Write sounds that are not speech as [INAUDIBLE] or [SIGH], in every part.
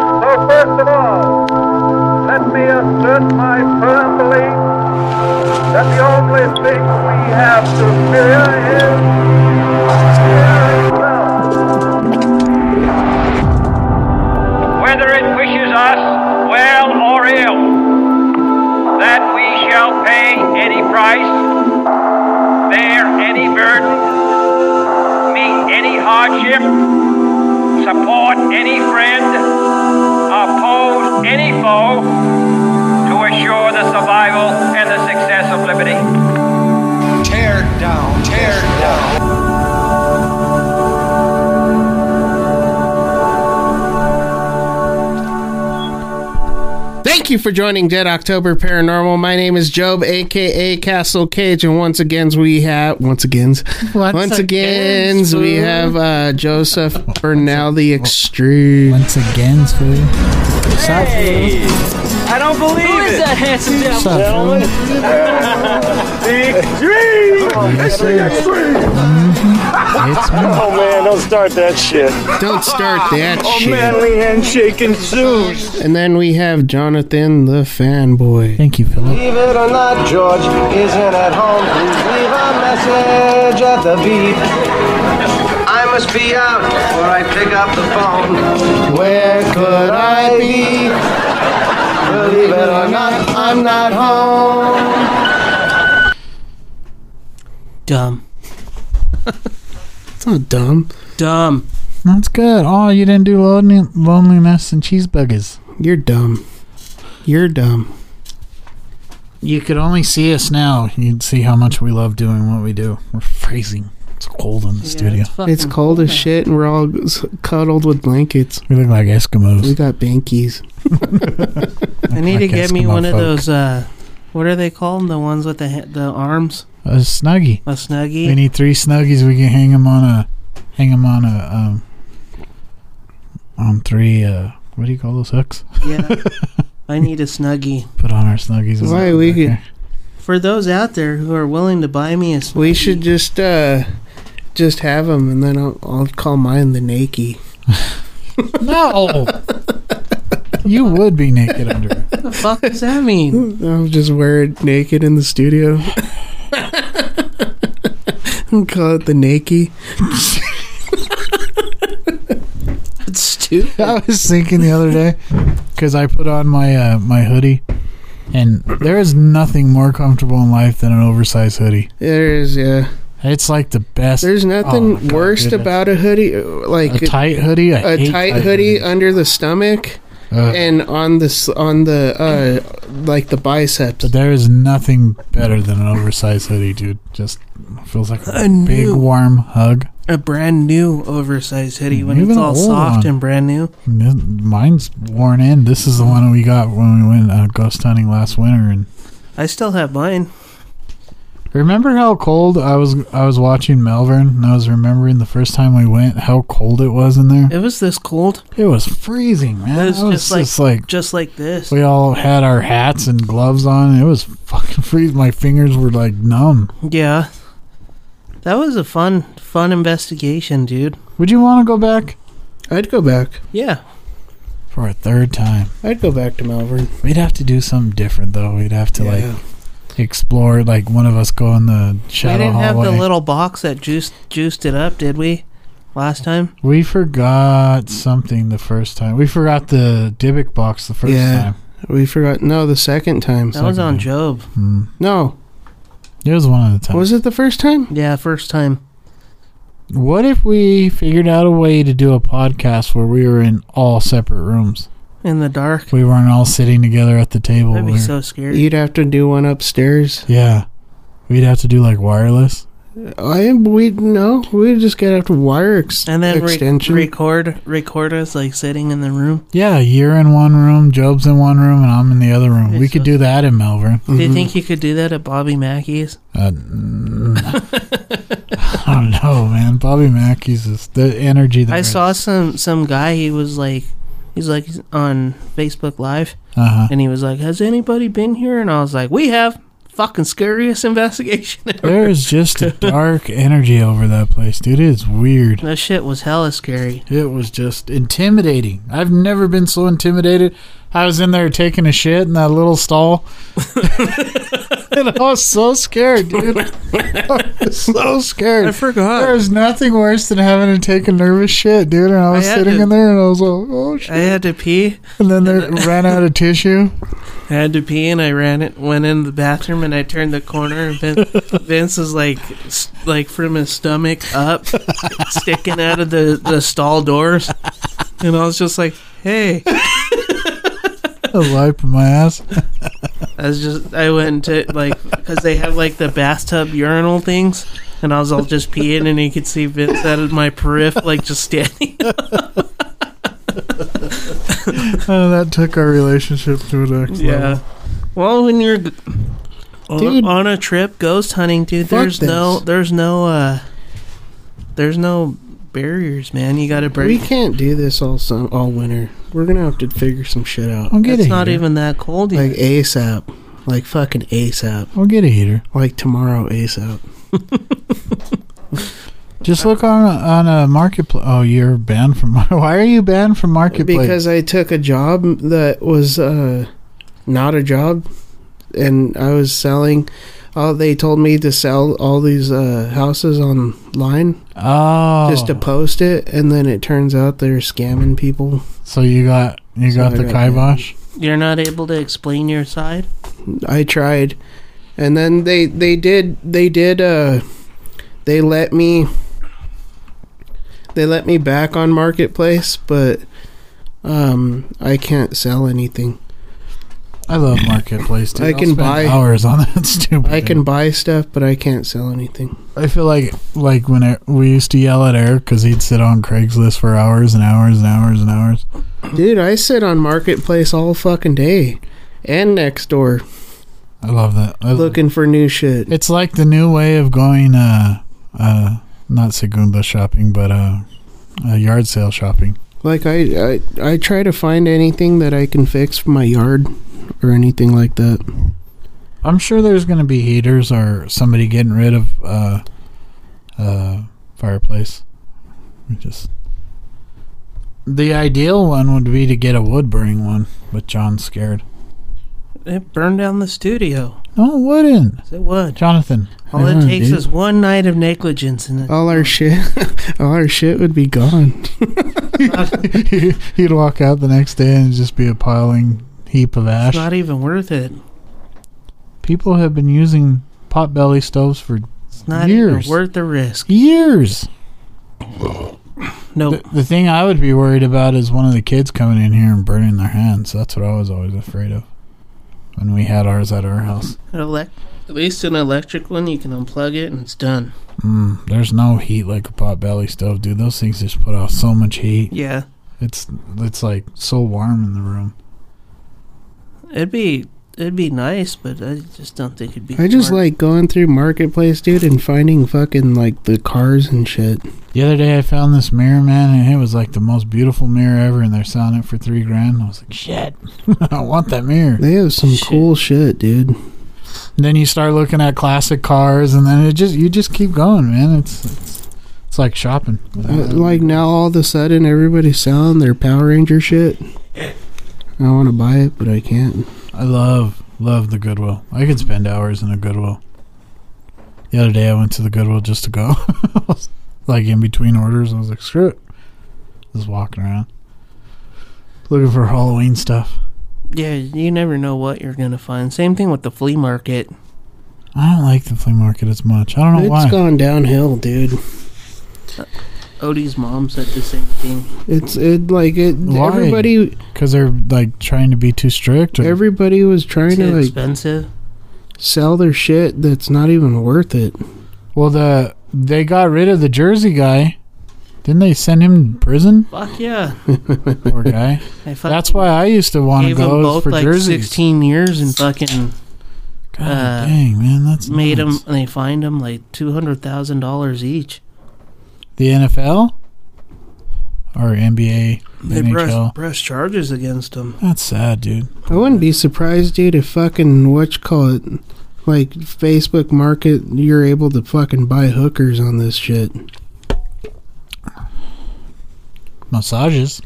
First of all, let me assert my firm belief that the only thing we have to fear is fear itself. whether it wishes us well or ill, that we shall pay any price, bear any burden, meet any hardship, support any friend, oppose any foe, to assure the survival and the success of liberty. Tear down, tear down. Thank you for joining Dead October Paranormal. My name is Job, aka Castle Cage, and once again we have once again Once again agains, we fool. have uh, Joseph Burnell the Extreme. Once again, fool. What's up, fool? I don't believe it. that handsome What's up, fool? It's me. Oh man, don't start that shit. Don't start that shit. Oh, Manly handshake ensues. And then we have Jonathan the fanboy. Thank you, Philip. Believe it or not, George isn't at home. Please leave a message at the beep. I must be out before I pick up the phone. Where could I be? Believe it or not, I'm not home. Dumb. It's not dumb. Dumb. That's good. Oh, you didn't do lonely, loneliness and cheeseburgers. You're dumb. You're dumb. You could only see us now. You'd see how much we love doing what we do. We're freezing. It's cold in the studio. It's cold as shit, and we're all s- cuddled with blankets. We look like We Eskimos. got bankies. I need to Like get me Eskimo one of folk. those. uh What are they called? The ones with the ha- the arms, A snuggie. a snuggie. We need three snuggies. We can hang them on a, hang them on a, um, on three. Uh, what do you call those hooks? [LAUGHS] yeah. I need a snuggie. Put on our snuggies. and Why put we back could- there. For those out there who are willing to buy me a snuggie, We should just uh just have them, and then I'll, I'll call mine the Nakey. [LAUGHS] No. you would be naked under it. What the fuck does that mean? I'll just wear it naked in the [LAUGHS] studio. and call it the Nakey. It's [LAUGHS] stupid. I was thinking the other day because I put on my uh, my hoodie, and there is nothing more comfortable in life than an oversized hoodie. There's yeah. It's like the best. There's Oh nothing my God, worst dude, about a hoodie, uh, a like tight hoodie. I a hate Uh, tight hoodie under the stomach Ugh. and on this on the uh like the biceps. But there is nothing better than an oversized hoodie, dude. Just feels like a A new- big warm hug. A brand new oversized hoodie when Even it's an all old soft one. and brand new. Mine's worn in. This is the one we got when we went uh, ghost hunting last winter, and I still have mine. Remember how cold I was? I was watching Melbourne, and I was remembering the first time we went how cold it was in there. It was this cold. It was freezing, man. It was, I was just, like, just like, just like this. we all had our hats and gloves on. And it was fucking [LAUGHS] freezing. My fingers were like numb. Yeah. That was a fun fun investigation, dude. Would you want to go back I'd go back. Yeah. for a third time? I'd go back to Melbourne. We'd have to do something different though. We'd have to Yeah. like explore. Like one of us go in the we shadow didn't have hallway. the little box that juiced juiced it up, did we? Last time? we forgot something the first time. We forgot the Dybbuk box the first Yeah. time. We forgot. No, the second time. That was Second on time. Job. No, Hmm. It was one of the times. was it the first time? Yeah, first time. What if we figured out a way to do a podcast where we were in all separate rooms? In the dark. We weren't all sitting together at the table. That'd be We were- so scary. You'd have to do one upstairs. yeah. We'd have to do like wireless. I we no, we just gonna have to wire ex- And then re- extension. record record us like sitting in the room. Yeah, you're in one room, Job's in one room, and I'm in the other room. Yes, We could sir. do that in Melbourne. [LAUGHS] Do you think you could do that at Bobby Mackey's? Uh, mm, I don't know, man. Bobby Mackey's is the energy that I saw some some guy. He was like, he's like on Facebook Live, Uh huh. and he was like, "Has anybody been here?" And I was like, "We have." fucking scariest [LAUGHS] investigation ever. There is just [LAUGHS] a dark energy over that place, dude. It is weird. That shit was hella scary. It was just intimidating. I've never been so intimidated. I was in there taking a shit in that little [LAUGHS] stall. and I was so scared, [LAUGHS] dude. I was so scared. I forgot. There's nothing worse than having to take a nervous shit, dude. And I was had sitting to- in there and I was like, oh, shit. I had to pee. And then [LAUGHS] there ran out of tissue. I had to pee, and I ran it. Went into the bathroom, and I turned the corner, and Vin- Vince was like, s- like from his stomach up, sticking out of the the stall doors, and I was just like, "Hey!" I was wiping my ass. I was just, I went to like, because they have like the bathtub urinal things, and I was all just peeing, and you could see Vince out of my periph, like just standing. Oh, that took our relationship to an next level. Yeah. Well, when you're g- on, Dude. on a trip ghost hunting, dude, Fuck there's no this. there's no uh there's no barriers, man. You got to We break. can't do this all sum- all winter. We're gonna have to figure some shit out. I'll get It's a not heater. even that cold Like yet. ASAP. Like fucking ASAP. I'll get a heater. Like tomorrow ASAP. Just look on on a marketplace. Oh, you're banned from. [LAUGHS] Why are you banned from marketplace? Because I took a job that was uh not a job and I was selling Oh, they told me to sell all these uh, houses online oh, just to post it, and then it turns out they're scamming people. so you got you So got I the got kibosh. You're not able to explain your side. I tried, and then they they did they did uh they let me they let me back on marketplace, but um I can't sell anything. I love marketplace. Dude. I I'll can spend buy- hours on that [LAUGHS] stupid. I thing. can buy stuff, but I can't sell anything. I feel like like when I, we used to yell at Eric because he'd sit on Craigslist for hours and hours and hours and hours. Dude, I sit on marketplace all fucking day and next door I love that. I, looking for new shit. It's like the new way of going. Uh, uh, not segunda shopping, but uh, uh yard sale shopping. Like I, I I try to find anything that I can fix for my yard or anything like that. I'm sure there's going to be heaters or somebody getting rid of uh, uh, fireplace. We Just the ideal one would be to get a wood burning one, but John's scared. It burned down the studio. No, it wouldn't, It would. Jonathan. All Yeah, it takes dude. Oh, is one night of negligence, and it, All our shit, [LAUGHS] all our shit would be gone. [LAUGHS] He'd walk out the next day and just be a piling heap of it's ash. not even worth it. People have been using potbelly stoves for It's not Years. even worth the risk. years. No, The, the thing I would be worried about is one of the kids coming in here and burning their hands. That's what I was always afraid of when we had ours at our house. an elec- at least an electric one, you can unplug it and it's done. Mm, there's no heat like a pot belly stove, dude. Those things just put off so much heat. Yeah. It's it's like so warm in the room. It'd be it'd be nice, but I just don't think it'd be. I just smart. like going through marketplace, dude, and finding fucking like the cars and shit. The other day I found this mirror, man, and it was like the most beautiful mirror ever, and they're selling it for three grand. I was like, shit, [LAUGHS] I want that mirror. They have some Shit. cool shit, dude. then you start looking at classic cars, and then it just you just keep going, man. It's it's, it's like shopping. Uh, like now, all of a sudden, everybody's selling their Power Ranger shit. I want to buy it, but I can't. I love love the Goodwill. I could spend hours in a Goodwill. The other day I went to the Goodwill just to go, [LAUGHS] like in between orders. I was like, screw it, just walking around looking for Halloween stuff. Yeah, you never know what you're gonna find. Same thing with the flea market. I don't like the flea market as much. I don't know It's why. gone downhill, dude. Odie's mom said the same thing. It's it like it. Why? Everybody, because they're like trying to be too strict. Or, everybody was trying Too to like expensive. sell their shit that's not even worth it. well, the they got rid of the Jersey guy. Didn't they send him to prison? Fuck yeah. [LAUGHS] Poor guy. I fucking That's why I used to want to gave them go both for like jerseys. 16 years and fucking God uh, dang man, that's made them. nuts. They fined them like two hundred thousand dollars each. the NFL or NBA, They NHL. pressed, pressed charges against them. That's sad, dude. I wouldn't be surprised, dude, if fucking what you call it, Like Facebook Market, you're able to fucking buy hookers on this shit. Massages.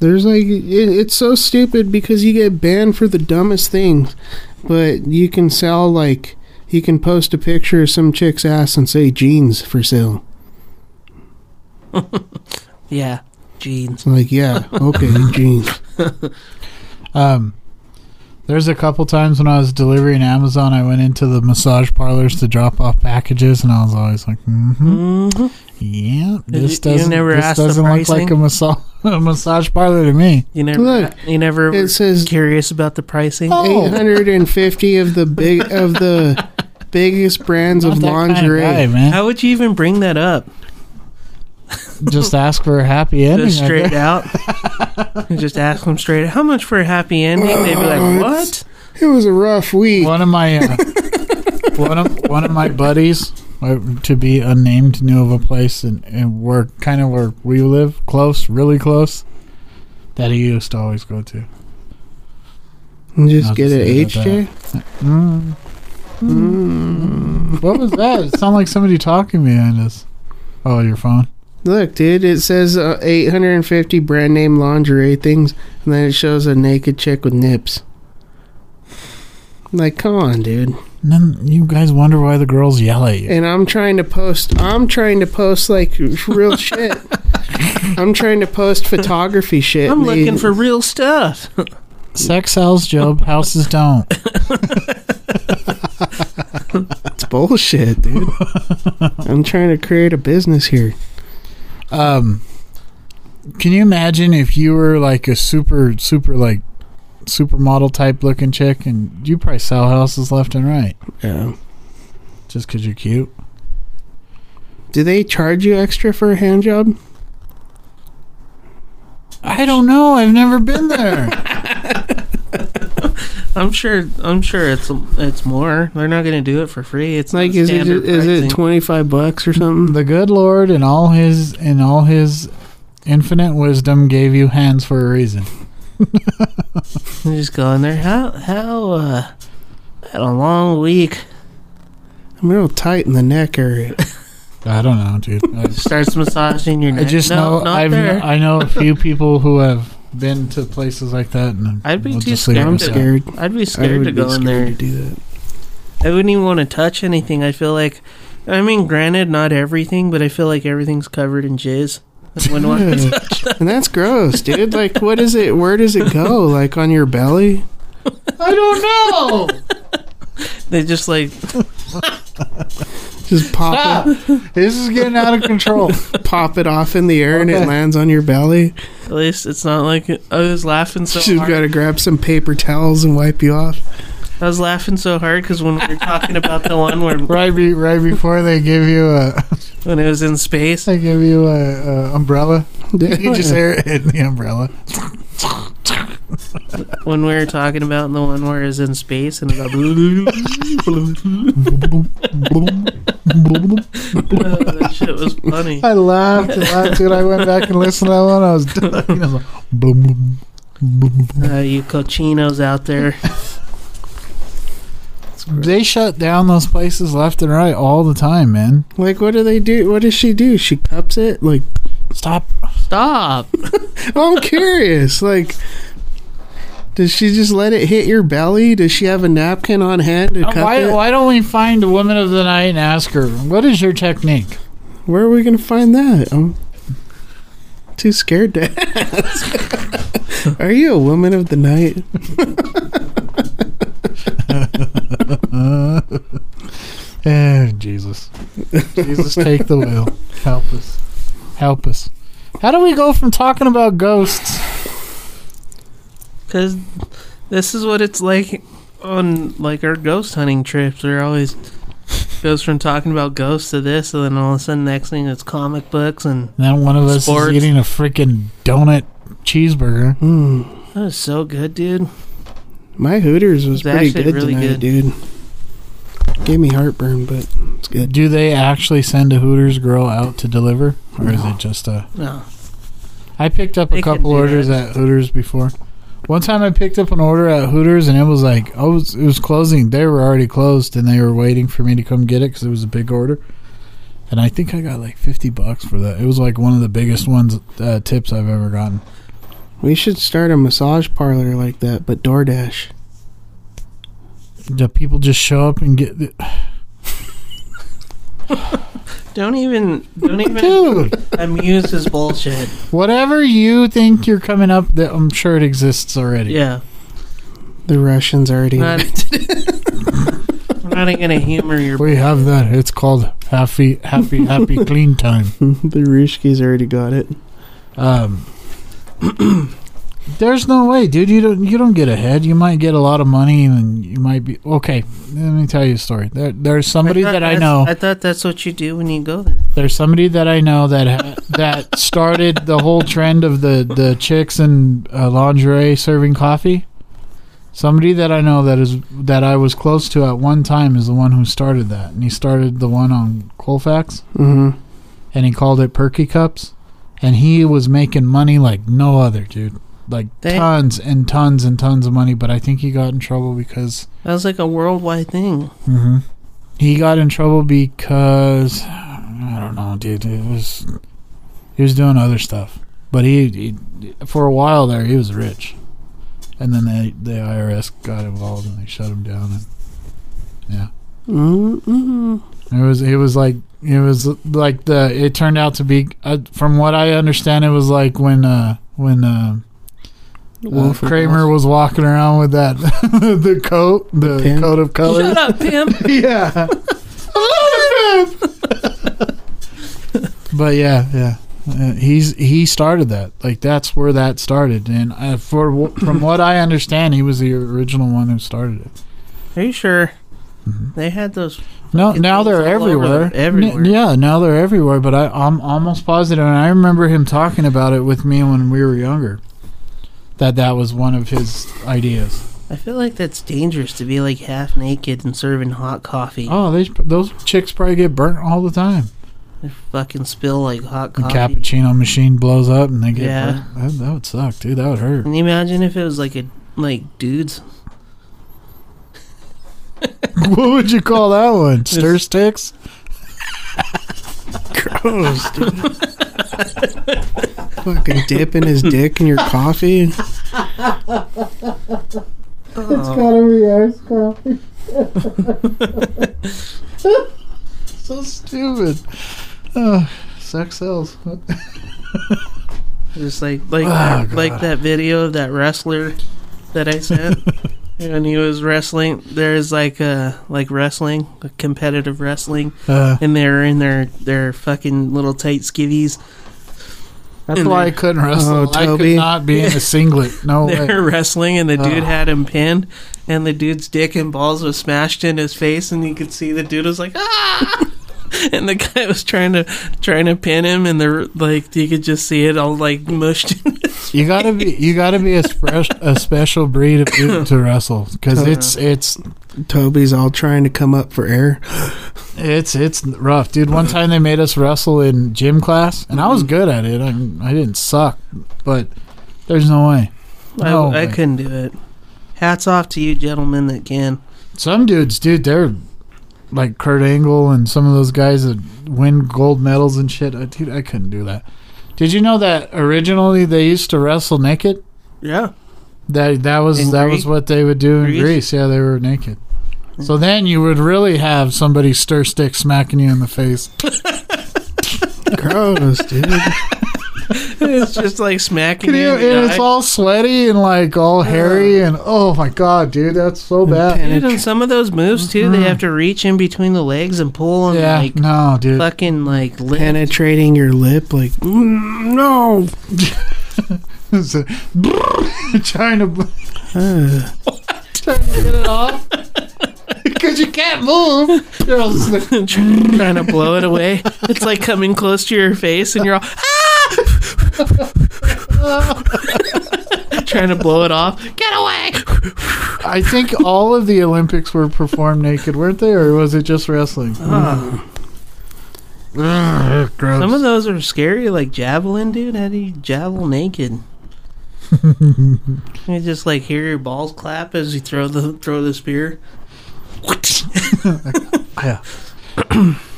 There's like it, it's so stupid because you get banned for the dumbest things, but you can sell like you can post a picture of some chick's ass and say jeans for sale. Yeah, It's jeans. like [LAUGHS] yeah, okay, jeans. Um, there's a couple times when I was delivering Amazon, I went into the massage parlors to drop off packages, and I was always like, mm-hmm, yeah, this you doesn't, never this asked the doesn't look like a, pricing? massa- [LAUGHS] a massage parlor to me. You never. Look, you never. it says- curious about the pricing. Oh. Eight hundred and fifty of the big of the [LAUGHS] biggest brands of Not that kind of lingerie. guy, man. [LAUGHS] How would you even bring that up? Just ask for a happy ending. Just I straight guess. out. [LAUGHS] You just ask them straight. How much for a happy ending? They'd be Oh, like, "What?" It was a rough week. One of my uh, one of one of my buddies, uh, to be unnamed, knew of a place and and where kind of where we live, close, really close, that he used to always go to. And just I'll get an just leave it HJ. at What was that? It sounded like somebody talking behind us. Oh, your phone. Look, dude, it says uh, 850 brand name lingerie things, and then it shows a naked chick with nips. Like, come on, dude. And then you guys wonder why the girls yell at you. And I'm trying to post. I'm trying to post like [LAUGHS] real shit. I'm trying to post photography shit. I'm and they- looking for real stuff. Sex sells, Job. Houses don't. it's bullshit, [LAUGHS] dude. I'm trying to create a business here. Um, can you imagine if you were like a super, super like supermodel type looking chick, and you probably sell houses left and right Yeah. just because you're cute? Do they charge you extra for a hand job? I don't know. I've never been there. I'm sure. I'm sure it's it's more. They're not going to do it for free. It's Like, like is it is it 25 bucks or something? [LAUGHS] the good Lord and all his and all his infinite wisdom gave you hands for a reason. You just go in there. How how uh, had a long week. I'm real tight in the neck area. I don't know, dude. I- [LAUGHS] Starts massaging your I neck. just No, know not I've there. I know a few people who have been to places like that, and I'd be we'll too just leave it scared at I'm to- that. scared. I'd be I scared would to be go in scared there. to do that. I wouldn't even want to touch anything. I feel like, I mean, granted, not everything, but I feel like everything's covered in jizz. When [LAUGHS] one, [LAUGHS] and that's gross, dude. Like, what is it? Where does it go? Like on your belly? I don't know. they just like Just pop this is getting out of control. it, pop it off in the air, and Okay. it lands on your belly. at least it's not like I was laughing so You've hard. got to grab some paper towels and wipe you off. I was laughing so hard because when we were talking about the one [LAUGHS] where Right, be, right before they give you a [LAUGHS] when it was in space, they give you a, a [LAUGHS] umbrella, you just Yeah. air it in the umbrella. when we were talking about the one where it was in space and it got that [LAUGHS] shit was funny. I laughed and laughed, dude. I went back and listened to that one. I was done. [LAUGHS] I was like, boom, boom, boom, boom. Uh, you cochinos out there, They shut down those places left and right all the time, man. Like, what do they do? What does she do? She cups it. Like, oh, Stop. stop! I'm curious. Like. Does she just let it hit your belly? Does she have a napkin on hand to cup Uh, Why, it? why don't we find a woman of the night and ask her, what is your technique? Where are we gonna find that? I'm too scared to [LAUGHS] ask. are you a woman of the night? Oh, Jesus. Jesus, take the wheel. Help us. Help us. How do we go from talking about ghosts? Because this is what it's like on like our ghost hunting trips. We're always goes from talking about ghosts to this, and then all of a sudden, next thing it's comic books, and And then one of us Sports. is eating a freaking donut cheeseburger. that was so good, dude. My Hooters was It's pretty actually good really tonight, good. dude. Gave me heartburn, but it's good. Do they actually send a Hooters girl out to deliver? Or is it just a. No, I picked up a They can couple do orders that. at Hooters before. One time I picked up an order at Hooters and it was like, oh, it was, it was closing. They were already closed and they were waiting for me to come get it because it was a big order. And I think I got like 50 bucks for that. It was like one of the biggest ones, uh, tips I've ever gotten. We should start a massage parlor like that, but DoorDash. Do people just show up and get. Don't even don't even [LAUGHS] [LAUGHS] Dude! amuse his bullshit. Whatever you think you're coming up, that I'm sure it exists already. Yeah. The Russians already. Not, we're not gonna humor your We have that. It's called happy, happy, [LAUGHS] happy clean time. [LAUGHS] the Ruskies already got it. Um, [CLEARS THROAT] there's no way, dude. You don't you don't get ahead. You might get a lot of money, and you might be okay. Let me tell you a story. There, there's somebody thought that I that's- know. I thought that's what you do when you go there. There's somebody that I know that ha- [LAUGHS] that started the whole trend of the the chicks in uh, lingerie serving coffee. Somebody that I know that is that I was close to at one time is the one who started that, and he started the one on Colfax, Mm-hmm. and he called it Perky Cups, and he was making money like no other, dude, like They- tons and tons and tons of money. But I think he got in trouble because That was like a worldwide thing. hmm He got in trouble because I don't know, dude. It was he was doing other stuff, but he, he for a while there he was rich, and then they the IRS got involved and they shut him down. And Mm-hmm. it was it was like it was like the it turned out to be uh, from what I understand it was like when uh when uh, uh, Wolf of Kramer was walking around with that [LAUGHS] the coat the pin? coat of [LAUGHS] colors. Shut up, pimp. [LAUGHS] yeah. Oh, but yeah, yeah. Uh, he's he started that. Like that's where that started, and I, for wh- from what I understand, he was the original one who started it. Are you sure? They had those. No, Fucking now they're things all over everywhere. the- everywhere. N- yeah, now they're everywhere. But I, I'm almost positive, and I remember him talking about it with me when we were younger. That that was one of his ideas. I feel like that's dangerous to be like half naked and serving hot coffee. Oh, they, those chicks probably get burnt all the time. They fucking spill like hot the coffee. cappuccino machine blows up and they get Yeah. burnt. that, that would suck dude that would hurt [LAUGHS] Can you imagine if it was like a like dudes? what would you call that one stir [LAUGHS] sticks gross dude. [LAUGHS] Fucking dipping his dick in your coffee. [LAUGHS] so stupid Ugh, sex sells Just like like Oh, that, God. like that video of that wrestler that I sent. [LAUGHS] And he was wrestling. There's like uh like wrestling, like competitive wrestling, uh, and they're in their their fucking little tight skivvies. that's And why they- I couldn't wrestle Oh, I could Toby. not be in [LAUGHS] a singlet no They way were wrestling, and the dude Ugh. had him pinned, and the dude's dick and balls was smashed in his face, and you could see the dude was like ah. [LAUGHS] And the guy was trying to trying to pin him, and the like you could just see it all like mushed. you gotta be you gotta be a, spre- a special breed of dude to wrestle because Uh-huh. it's it's Toby's all trying to come up for air. It's it's rough, dude. One time they made us wrestle in gym class, and I Mm-hmm. was good at it. I, I didn't suck, but there's no way. No I, I way. couldn't do it. Hats off to you, gentlemen, that can. Some dudes, dude, they're like Kurt Angle and some of those guys that win gold medals and shit. I, dude, I couldn't do that. Did you know that originally they used to wrestle naked? Yeah, That that was In that Greece? was what they would do in Greece? Mm. Greece. Yeah, they were naked. So then you would really have somebody stir stick smacking you in the face. [LAUGHS] Gross, dude. [LAUGHS] it's just like smacking Can you. you, in the and it's eye. all sweaty and like all hairy and oh my god, dude, that's so bad. Dude, and some of those moves too, they have to reach in between the legs and pull on Yeah, like no, dude. fucking like lip. Penetrating your lip like, mm, no. It's a- [LAUGHS] trying to Uh, get it [LAUGHS] off because you can't move. You're all just like, trying to blow it away. It's like coming close to your face, and you're all ah! [LAUGHS] trying to blow it off. Get away! I think all of the Olympics were performed naked, weren't they, or was it just wrestling? Ah. Ugh, gross. [LAUGHS] Some of those are scary, like javelin, dude. How do you javel naked? You just like hear your balls clap as you throw the throw the spear.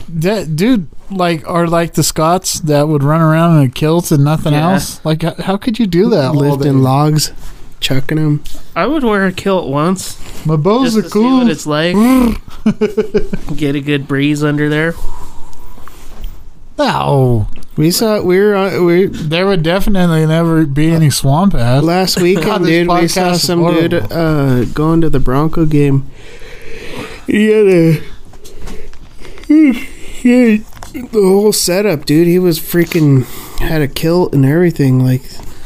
That dude, like, are like the Scots that would run around in a kilt and nothing Yeah. else. Like, how, how could you do that? all day? Lifting logs, chucking them. I would wear a kilt once My bows just are to see cool. what [LAUGHS] it's like. Get a good breeze under there. No, We saw we were on, we uh, there would definitely never be any swamp ass. last God, weekend, this dude. We podcast saw is some horrible. dude uh, going to the Bronco game. He had a he had the [SIGHS] whole setup, dude. He was freaking had a kilt and everything, like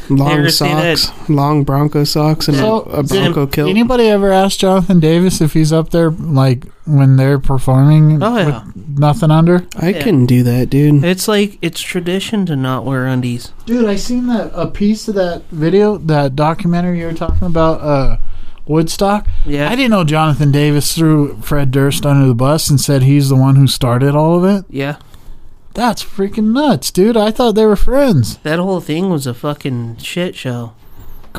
long ever seen socks, long Bronco socks, and So, a, a did Bronco kilt. Anybody ever ask Jonathan Davis if he's up there, like, when they're performing Oh yeah, with nothing under? I couldn't do that, dude. it's like it's tradition to not wear undies. Dude, I seen that a piece of that video, that documentary you were talking about, uh, Woodstock. Yeah. I didn't know Jonathan Davis threw Fred Durst under the bus and said he's the one who started all of it. Yeah, That's freaking nuts, dude. I thought they were friends that whole thing was a fucking shit show.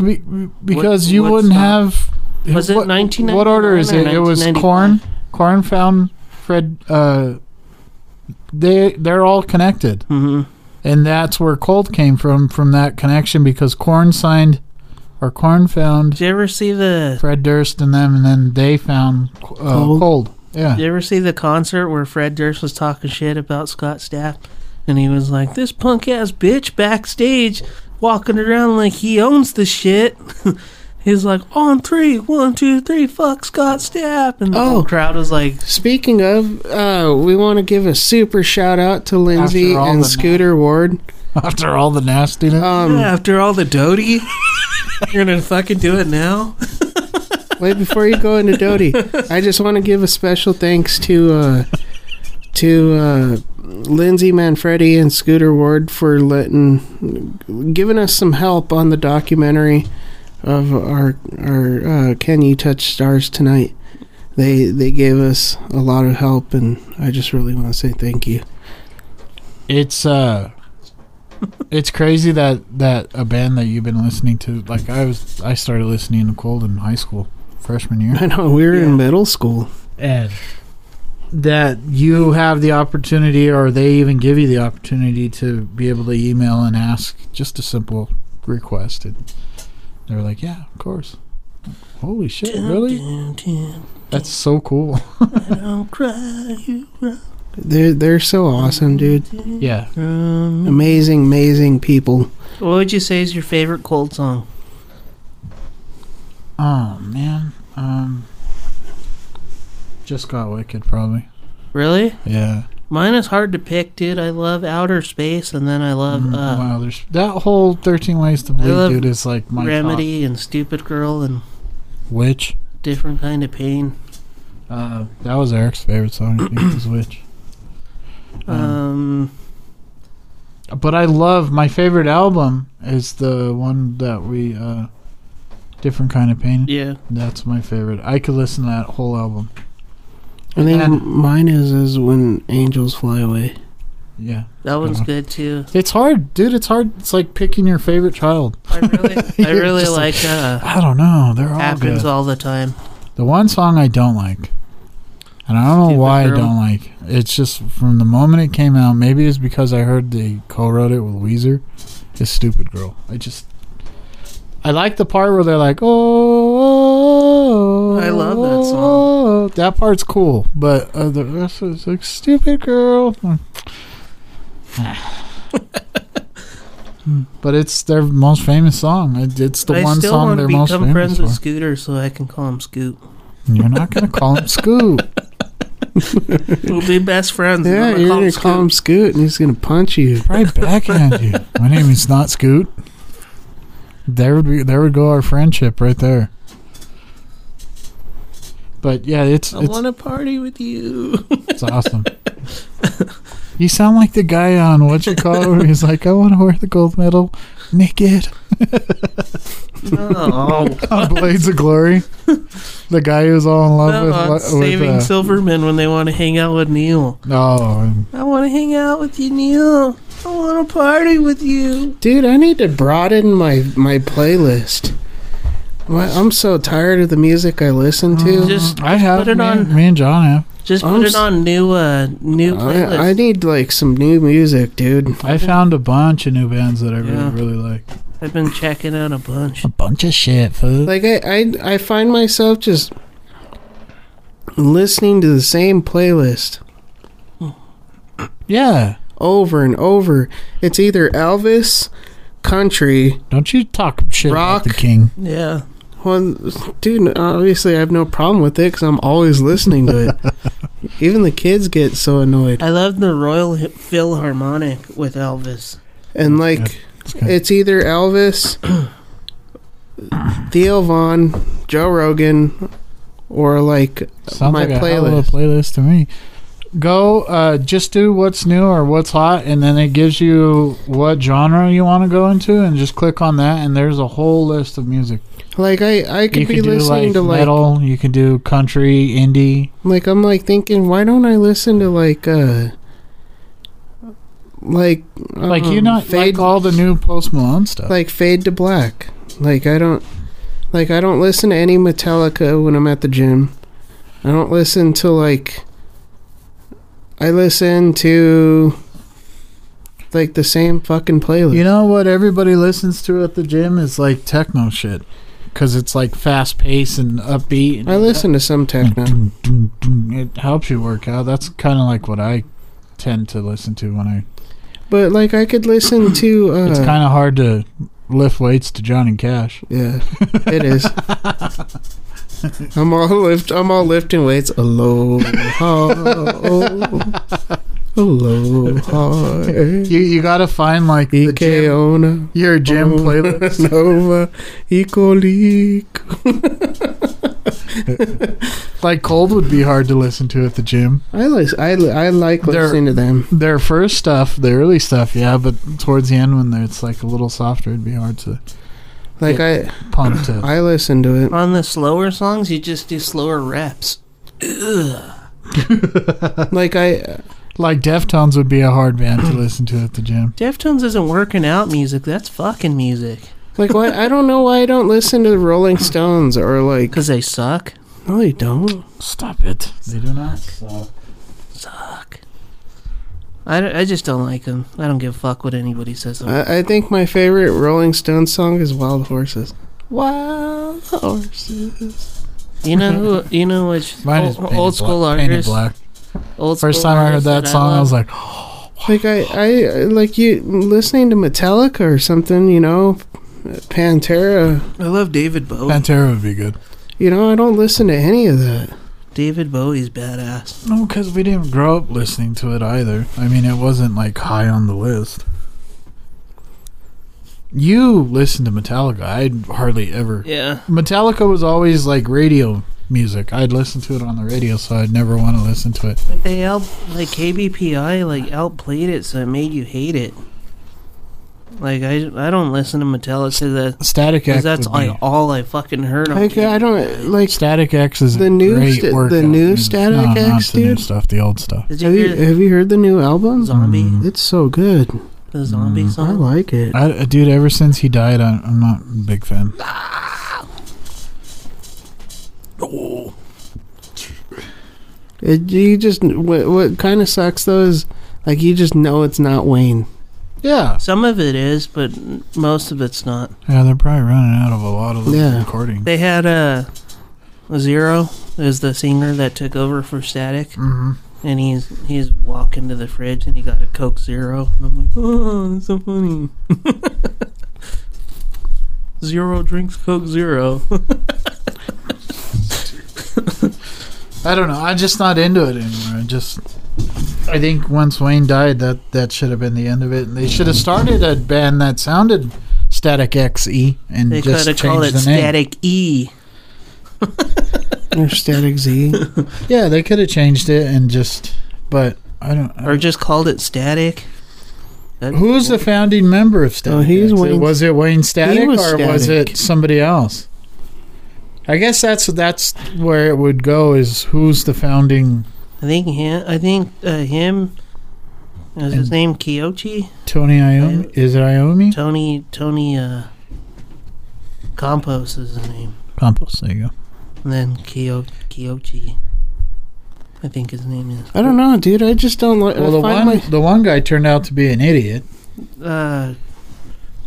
Be- because What- you what's wouldn't that? have. Was it what- 1991 What order is or it? It was 1995? corn. Corn found Fred. Uh, they they're all connected, hmm and that's where Cold came from from that connection because corn signed, or corn found Did you ever see the? Fred Durst and them, and then they found uh, Cold? Cold. Yeah. Did you ever see the concert where Fred Durst was talking shit about Scott Stapp, and he was like, "This punk ass bitch backstage, walking around like he owns the shit." [LAUGHS] He's like, on three, one, two, three, fuck Scott Stapp, and the Oh. whole crowd was like, Speaking of, uh, we want to give a super shout out to Lindsay After all and the- Scooter Ward. [LAUGHS] After all the nastiness, Oh, Um, [LAUGHS] After all the doty, [LAUGHS] you're gonna fucking do it now? Wait before you go into Doty. I just want to give a special thanks to uh, to uh, Lindsay Manfredi and Scooter Ward for letting giving us some help on the documentary of our our uh, Can You Touch Stars tonight. They they gave us a lot of help, and I just really want to say thank you. [LAUGHS] it's uh it's crazy that that a band that you've been listening to like i was i started listening to cold in high school freshman year I [LAUGHS] know we were in middle school. and that you have the opportunity or they even give you the opportunity to be able to email and ask just a simple request and they're like yeah of course holy shit really that's so cool Don't cry, you They're they're so awesome, dude. yeah run. Amazing, amazing people. What would you say is your favorite cold song? oh man um just got wicked probably Really? yeah Mine is hard to pick, dude. I love outer space, and then I love uh, wow, there's that whole 13 ways to bleed, love dude, is like my remedy. remedy and stupid girl and Witch. different kind of pain. Uh, that was Eric's favorite song, I think, [COUGHS] was Witch. Uh-huh. Um, But I love my favorite album is the one that we uh, different kind of pain. yeah. That's my favorite. I could listen to that whole album. I think And- mine is is when angels fly away. Yeah, That one's one. good too. it's hard, dude. It's hard. It's like picking your favorite child. I really, [LAUGHS] I really Just like uh, I don't know. They're all happens good. all the time. The one song I don't like, and I don't know Stupid why Girl. I don't like. It's just from the moment it came out. Maybe it's because I heard they co-wrote it with Weezer. It's "Stupid Girl." I just, I like the part where they're like, "Oh." I love that song. song. That part's cool, but uh, the rest is like "Stupid Girl." Hmm. [LAUGHS] but it's their most famous song. It- It's the I one still song want to they're most become famous friends for. with Scooter so I can call him Scoot. You're not gonna call [LAUGHS] him Scoop. We'll be best friends. and Yeah, I'm gonna you're call him gonna call him Scoot, and he's gonna punch you. [LAUGHS] right back at you. My name is not Scoot. There would be there would go our friendship right there. But yeah, it's Scoot. I it's, want to party [LAUGHS] with you. it's awesome. You sound like the guy on what you call it, where he's like, I want to wear the gold medal naked oh, [LAUGHS] on Blades of Glory. The guy who's all in love no, I'm with, with Uh-huh. saving uh, Silverman when they want to hang out with Neil. oh, and I want to hang out with you, Neil. I want to party with you. Dude, I need to broaden my my playlist. My, I'm so tired of the music I listen to. Just I have. put it me, on- Me and John have. just I'm put s- it on new uh new Oh, playlist. I, I need like some new music, dude. I found a bunch of new bands that I Yeah. really, really like. I've been checking out a bunch. bunch of shit, food. Like I, I, I find myself just listening to the same playlist Yeah. over and over. It's either Elvis, country. Don't you talk shit Rock. about the king. Yeah. Well, dude, obviously I have no problem with it because I'm always listening to [LAUGHS] it. Even the kids get so annoyed. I love the Royal Hi- Philharmonic with Elvis. And like, good. it's either [COUGHS] Elvis, Theo Vaughn, Joe Rogan, or like Sounds my like a hell of a playlist. playlist to me. Go, uh, just do what's new or what's hot, and then it gives you what genre you want to go into, and just click on that, and there's a whole list of music. Like I, I could You be can do listening like to like metal, you can do country, indie. Like I'm like thinking, why don't I listen to like uh like Like you um, not fade like all the new Post Malone stuff. like fade to black. Like I don't like I don't listen to any Metallica when I'm at the gym. I don't listen to like I listen to like the same fucking playlist. You know what everybody listens to at the gym is like techno shit, because it's like fast paced and upbeat. And I listen to some techno. Dun, dun, dun. It helps you work out. That's kind of like what I tend to listen to when I. But like I could listen to uh It's kind of hard to lift weights to Johnny Cash. Yeah, it is. I'm all lift. I'm all lifting weights. [LAUGHS] Aloha, aloha. You you gotta find like E the Ike gym, ona your Oh. gym [LAUGHS] playlist. [LAUGHS] nova ikolik. Like Cold would be hard to listen to at the gym. [LAUGHS] I like. I, li- I like They're- listening to them. Their first stuff, the early stuff, yeah, but towards the end when they're- it's like a little softer, it'd be hard to Like pump to. [LAUGHS] I, I listen to [LAUGHS] it. On the slower songs, you just do slower reps. Like I, Like Deftones would be a hard band to listen to at the gym. Deftones isn't working out music. That's fucking music. like why? I don't know why I don't listen to the Rolling Stones or like. Cause they suck. No, I don't. Stop it. They do not. suck. Suck. I, don't- I just don't like them. I don't give a fuck what anybody says. about I, I think my favorite Rolling Stones song is "Wild Horses." Wild Horses. You know who? You know which Mine is old, painted old school black, painted artist. black. Old First school time I heard artist that song, I love. was like, Like I, I like you listening to Metallica or something, you know, Pantera. I love David Bowie. Pantera would be good. You know, I don't listen to any of that. David Bowie's badass. No, because we didn't grow up listening to it either. I mean, it wasn't like high on the list. You listened to Metallica. I'd hardly ever. Yeah. Metallica was always like radio music. I'd listen to it on the radio, so I'd never want to listen to it. But they out like KBPI like outplayed it, so it made you hate it. Like I, I don't listen to Metallica that Static X. because that's would be- all, all I fucking heard. On Like I don't like. Static X is The the new new great sta- the workout new music. Static no, not X, the new dude? stuff, the old stuff. Did you Have you hear the, have you heard the new album? zombie It's so good. the zombie I song? like it. I, uh, dude, ever since he died, I, I'm not a big fan. it you just what, what kind of sucks though is like you just know it's not Wayne. Yeah, Some of it is, but most of it's not. yeah, they're probably running out of a lot of those Yeah. recordings. They had uh, Zero is the singer that took over for Static, Mm-hmm. and he's he's walking to the fridge and he got a Coke Zero. And I'm like, oh, that's so funny. [LAUGHS] Zero drinks [LAUGHS] Coke Zero. I don't know. I'm just not into it anymore. I just, I think once Wayne died, that that should have been the end of it. And they should have started a band that sounded Static XE and They could just have changed called it the name. Static E. Or Static Z. Yeah, they could have changed it and just, but I don't. Or just called it Static. That- Who's the founding member of Static? Oh, he's X? Wayne- Was it Wayne Static was or was Static. it somebody else? I guess that's that's where it would go. Is who's the founding? I think him. I think uh, him Is his name Kyochi? Tony Iommi. Is it Iommi? Tony Tony uh Campos is his name. Compost. There you go. And then Kyo Kyochi. I think his name is. I don't know, dude. I just don't like. Well, the I one find my- the one guy turned out to be an idiot. Uh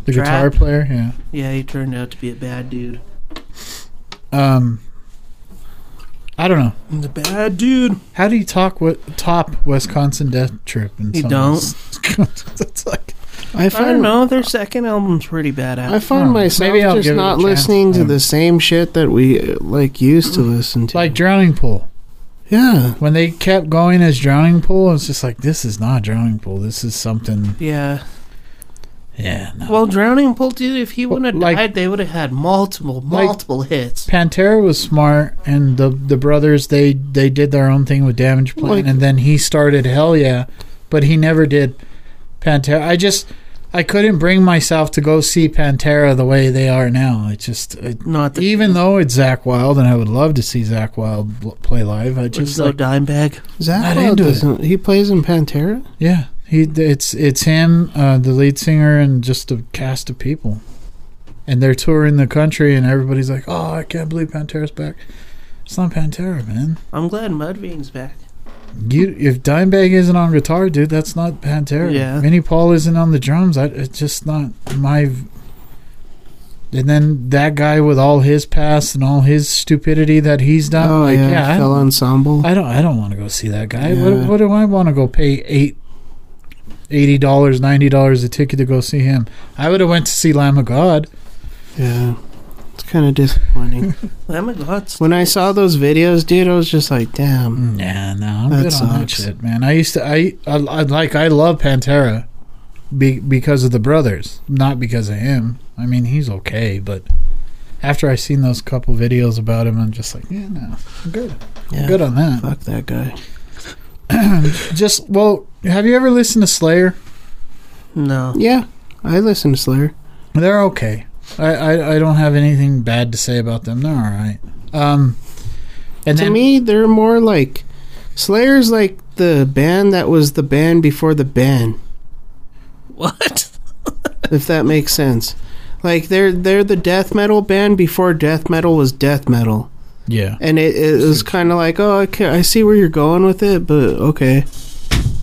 The Trap. guitar player. Yeah. yeah, he turned out to be a bad dude. Um. I don't know. The bad dude. How do you talk with top Wisconsin death trip? And You [LAUGHS] it's like I I find don't know. Their second album's pretty badass. I find Hmm. myself Maybe I'll just give it a not chance. Hmm. listening to Yeah. the same shit that we uh, like used to listen to. like drowning pool. yeah, When they kept going as drowning pool, it's just like this is not drowning pool. This is something. yeah. Yeah. No. Well, Drowning Pool, dude, if he wouldn't have like- died, they would have had multiple, Like- multiple hits. Pantera was smart, and the the brothers they they did their own thing with Damage Plan, Like- and then he started Hell Yeah, but he never did Pantera. I just I couldn't bring myself to go see Pantera the way they are now. It just it, Not the even though it's Zach Wild, and I would love to see Zach Wild bl- play live. I just just like Dimebag. Zach Not Wild into it. doesn't. He plays in Pantera. yeah, he it's it's him, uh, the lead singer, and just a cast of people. And they're touring the country, and everybody's like, "Oh, I can't believe Pantera's back." It's not Pantera, man. I'm glad Mudvayne's back. You, if Dimebag isn't on guitar, dude, that's not Pantera. Yeah. Vinnie Paul isn't on the drums. I, it's just not my. v- And then that guy with all his past and all his stupidity that he's done. oh Uh, like, yeah, yeah, I Fell don't- Ensemble. I don't. I don't want to go see that guy. Yeah. What, what do I want to go pay eight, eighty dollars, ninety dollars a ticket to go see him? I would have went to see Lamb of God. yeah, it's kind of [LAUGHS] disappointing. Lamb of God's when I saw those videos, dude, I was just like, damn. Hmm. Nah, no, That I'm good on that sucks. shit, man. I used to, I, I, I like, I love Pantera, be, because of the brothers, not because of him. I mean, he's okay, but after I seen those couple videos about him, I'm just like, yeah, no, I'm good, Yeah, good on that. fuck that guy. Just well, have you ever listened to Slayer? [LAUGHS] no. Yeah, I listen to Slayer. They're okay. I, I, I don't have anything bad to say about them. They're all right. Um, and to then me, they're more like Slayer's like the band that was the band before the band. What? if that makes sense. Like they're they're the death metal band before death metal was death metal, yeah, and it, it was kind of like, oh, okay, I see where you're going with it, but okay.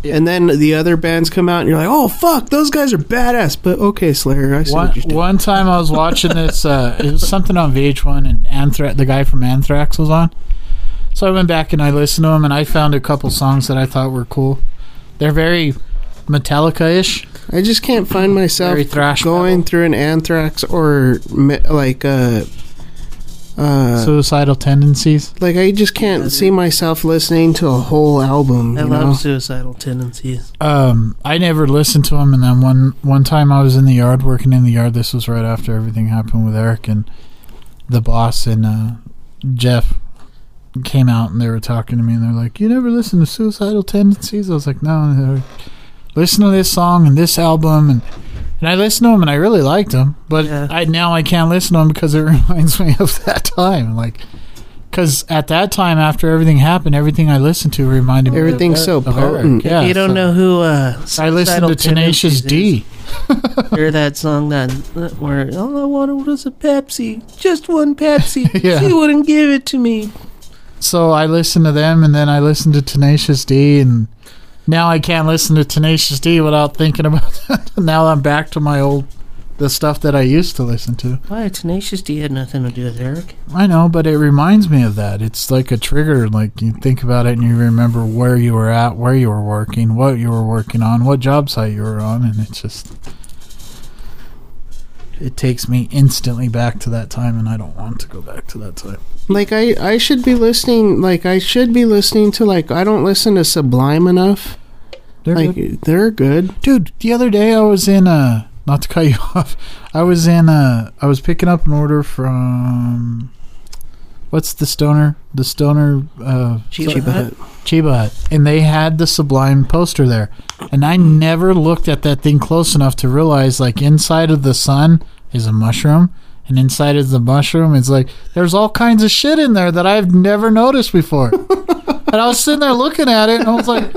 And then the other bands come out, and you're like, oh fuck, those guys are badass, but okay, Slayer, I see One, what you're doing. one time I was watching this, uh, it was something on VH1, and Anthra- the guy from Anthrax was on. So I went back and I listened to him, and I found a couple songs that I thought were cool. They're very Metallica ish. I just can't find myself Very thrash going metal. through an Anthrax or me- like uh, uh, Suicidal tendencies. like I just can't see myself listening to a whole album. I you love know? suicidal tendencies. Um, I never listened to him, and then one one time I was in the yard working in the yard. This was right after everything happened with Eric and the boss and uh, Jeff came out and they were talking to me and they're like, "You never listen to Suicidal Tendencies?" I was like, "No." And they're like, listen to this song and this album and. And I listened to them and I really liked them, but Yeah. I now I can't listen to them because it [LAUGHS] reminds me of that time. Like, because at that time, after everything happened, everything I listened to reminded me Everything's of, so of Eric. potent. Yeah, you don't so- know who uh I listened Suicidal to Tenacious D. Tendencies is. Hear that song that that where all I wanted was a Pepsi. Just one [LAUGHS] Pepsi. Yeah. She wouldn't give it to me. So I listened to them and then I listened to Tenacious D and now I can't listen to Tenacious D without thinking about [LAUGHS] that. now I'm back to my old the stuff that I used to listen to. Why Tenacious D had nothing to do with Eric. I know, but it reminds me of that. It's like a trigger like you think about it and you remember where you were at, where you were working, what you were working on, what job site you were on and it's just it takes me instantly back to that time and I don't want to go back to that time. like I, I should be listening like i should be listening to like i don't listen to sublime enough They're like good. they're good dude the other day i was in uh not to cut you [LAUGHS] off i was in uh i was picking up an order from what's the stoner the stoner uh Chiba Chiba Hut. Hut. chiba Hut, and they had the sublime poster there and i never looked at that thing close enough to realize like inside of the sun is a mushroom and inside of the mushroom is like there's all kinds of shit in there that i've never noticed before And I was sitting there looking at it, and I was like,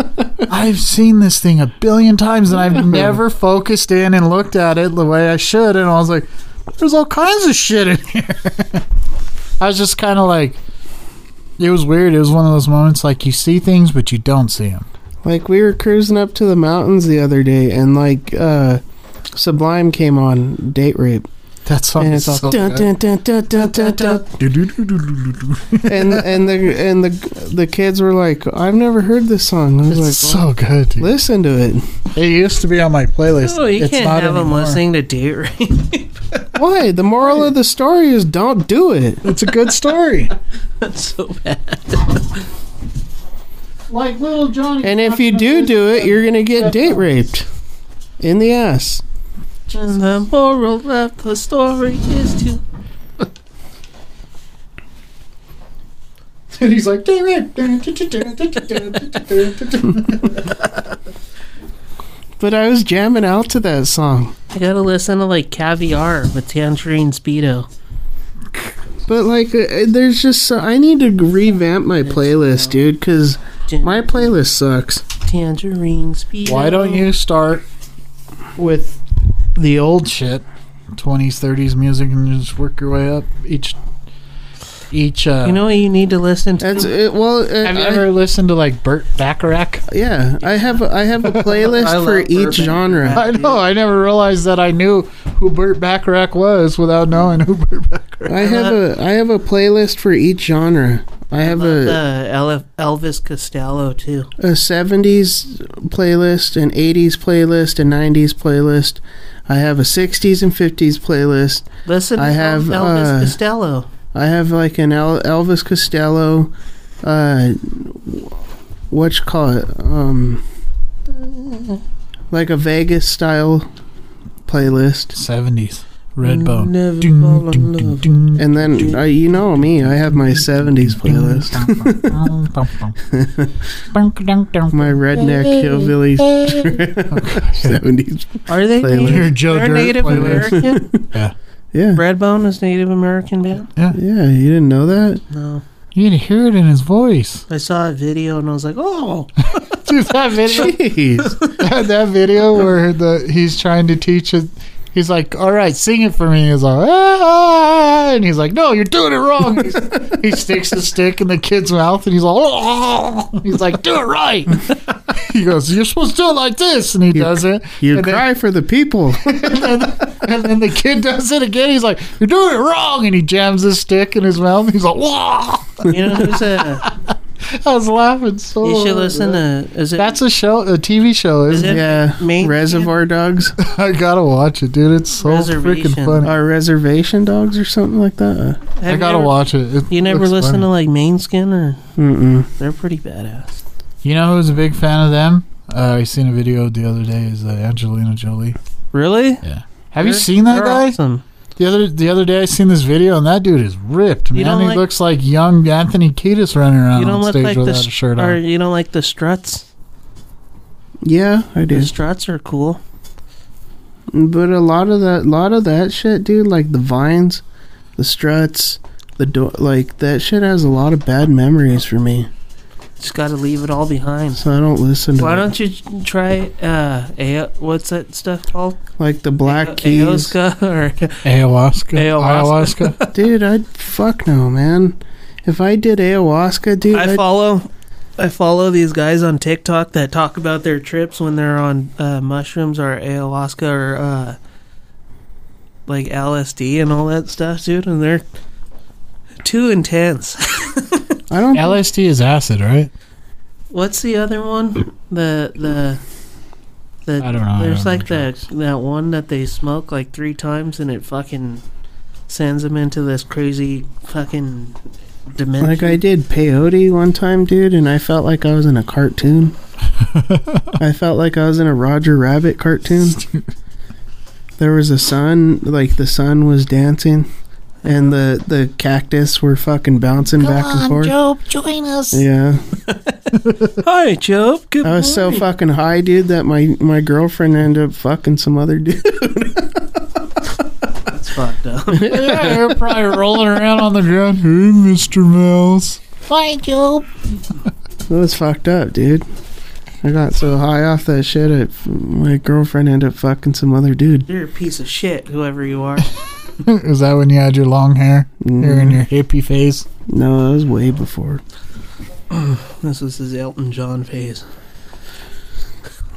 I've seen this thing a billion times, [LAUGHS] and I've never focused in and looked at it the way I should. And I was like, there's all kinds of shit in here. [LAUGHS] I was just kind of like, it was weird. It was one of those moments like you see things, but you don't see them. Like we were cruising up to the mountains the other day, and like uh, Sublime came on date rape, That song and is it's all Oh, so dun, good. dun, dun, dun, dun, dun, [LAUGHS] dun. and and the and the the kids were like, "I've never heard this song." I was It's like, so good, dude. "Listen to [LAUGHS] it." It used to be on my playlist. Oh, you it's can't not have them anymore. listening to date [LAUGHS] rape. Why? The moral of the story is don't do it. It's a good [LAUGHS] story. That's so bad. like little Johnny. And if you do do it, you're gonna get date raped in the ass. And the moral of the story is to [LAUGHS] and he's like, [LAUGHS] But I was jamming out to that song. I gotta listen to like caviar with tangerine speedo. But like, uh, there's just so, I need to revamp my playlist, dude, because Tan- my playlist sucks. tangerine speedo. Why don't you start with the old shit, twenties, thirties music, and just work your way up each each. Uh, You know what you need to listen to? That's it. Well, uh, have you I- ever listened to like Burt Bacharach? yeah, I have a, I have a [LAUGHS] I playlist love for each Burbank. genre. [LAUGHS] I know. I never realized that I knew who Burt Bacharach was without knowing who Burt Bacharach. I have a I have a playlist for each genre. I have a, uh, Ele- Elvis Costello too. a 70s playlist, an 80s playlist, a 90s playlist. I have a 60s and 50s playlist. Listen, I to have, Elvis uh, Costello. I have like an El- Elvis Costello, uh, what you call it, um, like a Vegas style playlist. Seventies. Redbone. Never Ding, fall in ding, love. ding, ding. And then uh, you know me, I have my '70s playlist, [LAUGHS] my redneck hillbilly [LAUGHS] '70s. Are they Playlist. Native, Your Joe they're Dirt Native playlist. [LAUGHS] American? Yeah, Redbone is Native American band. yeah. You didn't know that? No, You can hear it in his voice. I saw a video and I was like, oh, Dude, that [LAUGHS] [LAUGHS] video, Jeez. that video where the he's trying to teach it. He's like, "All right, sing it for me." He's like, ah, and he's like, "No, you're doing it wrong." He's- he sticks the stick in the kid's mouth, and he's like, "Oh!" He's like, "Do it right." He goes, "You're supposed to do it like this," and he does it. You and then- cry for the [LAUGHS] people. and then the kid does it again. He's like, "You're doing it wrong," and he jams his stick in his mouth. He's like, "Whoa!" you know who's [LAUGHS] a? [LAUGHS] I was laughing so. You should hard. listen to. Is it? That's a show, a TV show. is Isn't it Yeah, Main- Reservoir Dogs it? [LAUGHS] I gotta watch it, dude. It's so freaking Reservation. funny. or Reservation Dogs or something like that. have I you gotta ever- watch it. It You never looks listen to funny. like Main Skin or Uh, Mm-mm. they're pretty badass. You know who's a big fan of them? Uh, I seen a video the other day. Is uh, Angelina Jolie? Really? Have you seen that They're guy? Awesome. The other the other day, I seen this video, and that dude is ripped. You Man, don't he like- looks like young Anthony Kiedis running around You don't on look stage like the without a st- shirt or on. you don't like the struts. Yeah, I do. The struts are cool. But a lot of that, lot of that shit, dude, like the vines, the struts, the door, like that shit has a lot of bad memories for me. Just got to leave it all behind. So I don't listen to Why it. don't you try uh, a- what's that stuff called? like the black A- keys, Aoska or Ayahuasca. Ayahuasca. [LAUGHS] Ayahuasca. dude. I'd fuck no, man. If I did ayahuasca, dude, I I'd, follow I follow these guys on TikTok that talk about their trips when they're on uh, mushrooms or ayahuasca or uh, like LSD and all that stuff, dude, and they're too intense. I don't. LSD is acid, right? What's the other one? The the the I don't know, I there's don't like know that that one that they smoke like three times and it fucking sends them into this crazy fucking dimension. Like I did peyote one time, dude, and I felt like I was in a cartoon. I felt like I was in a Roger Rabbit cartoon. There was a sun, like the sun was dancing, and the the cactus were fucking bouncing back and forth. Job, join us. Yeah, Hi, Joe. Good I was so morning. fucking high, dude, that my my girlfriend ended up fucking some other [LAUGHS] dude. It's fucked up. [LAUGHS] yeah, you're probably rolling around on the ground. Hey, Mr. Mouse. Hi, Job. It was fucked up, dude. I got so high off that shit, I, my girlfriend ended up fucking some other dude. You're a piece of shit, whoever you are. [LAUGHS] [COUGHS] Is that when you had your long hair? You're in your hippie phase? No, that was way before. this was his Elton John phase.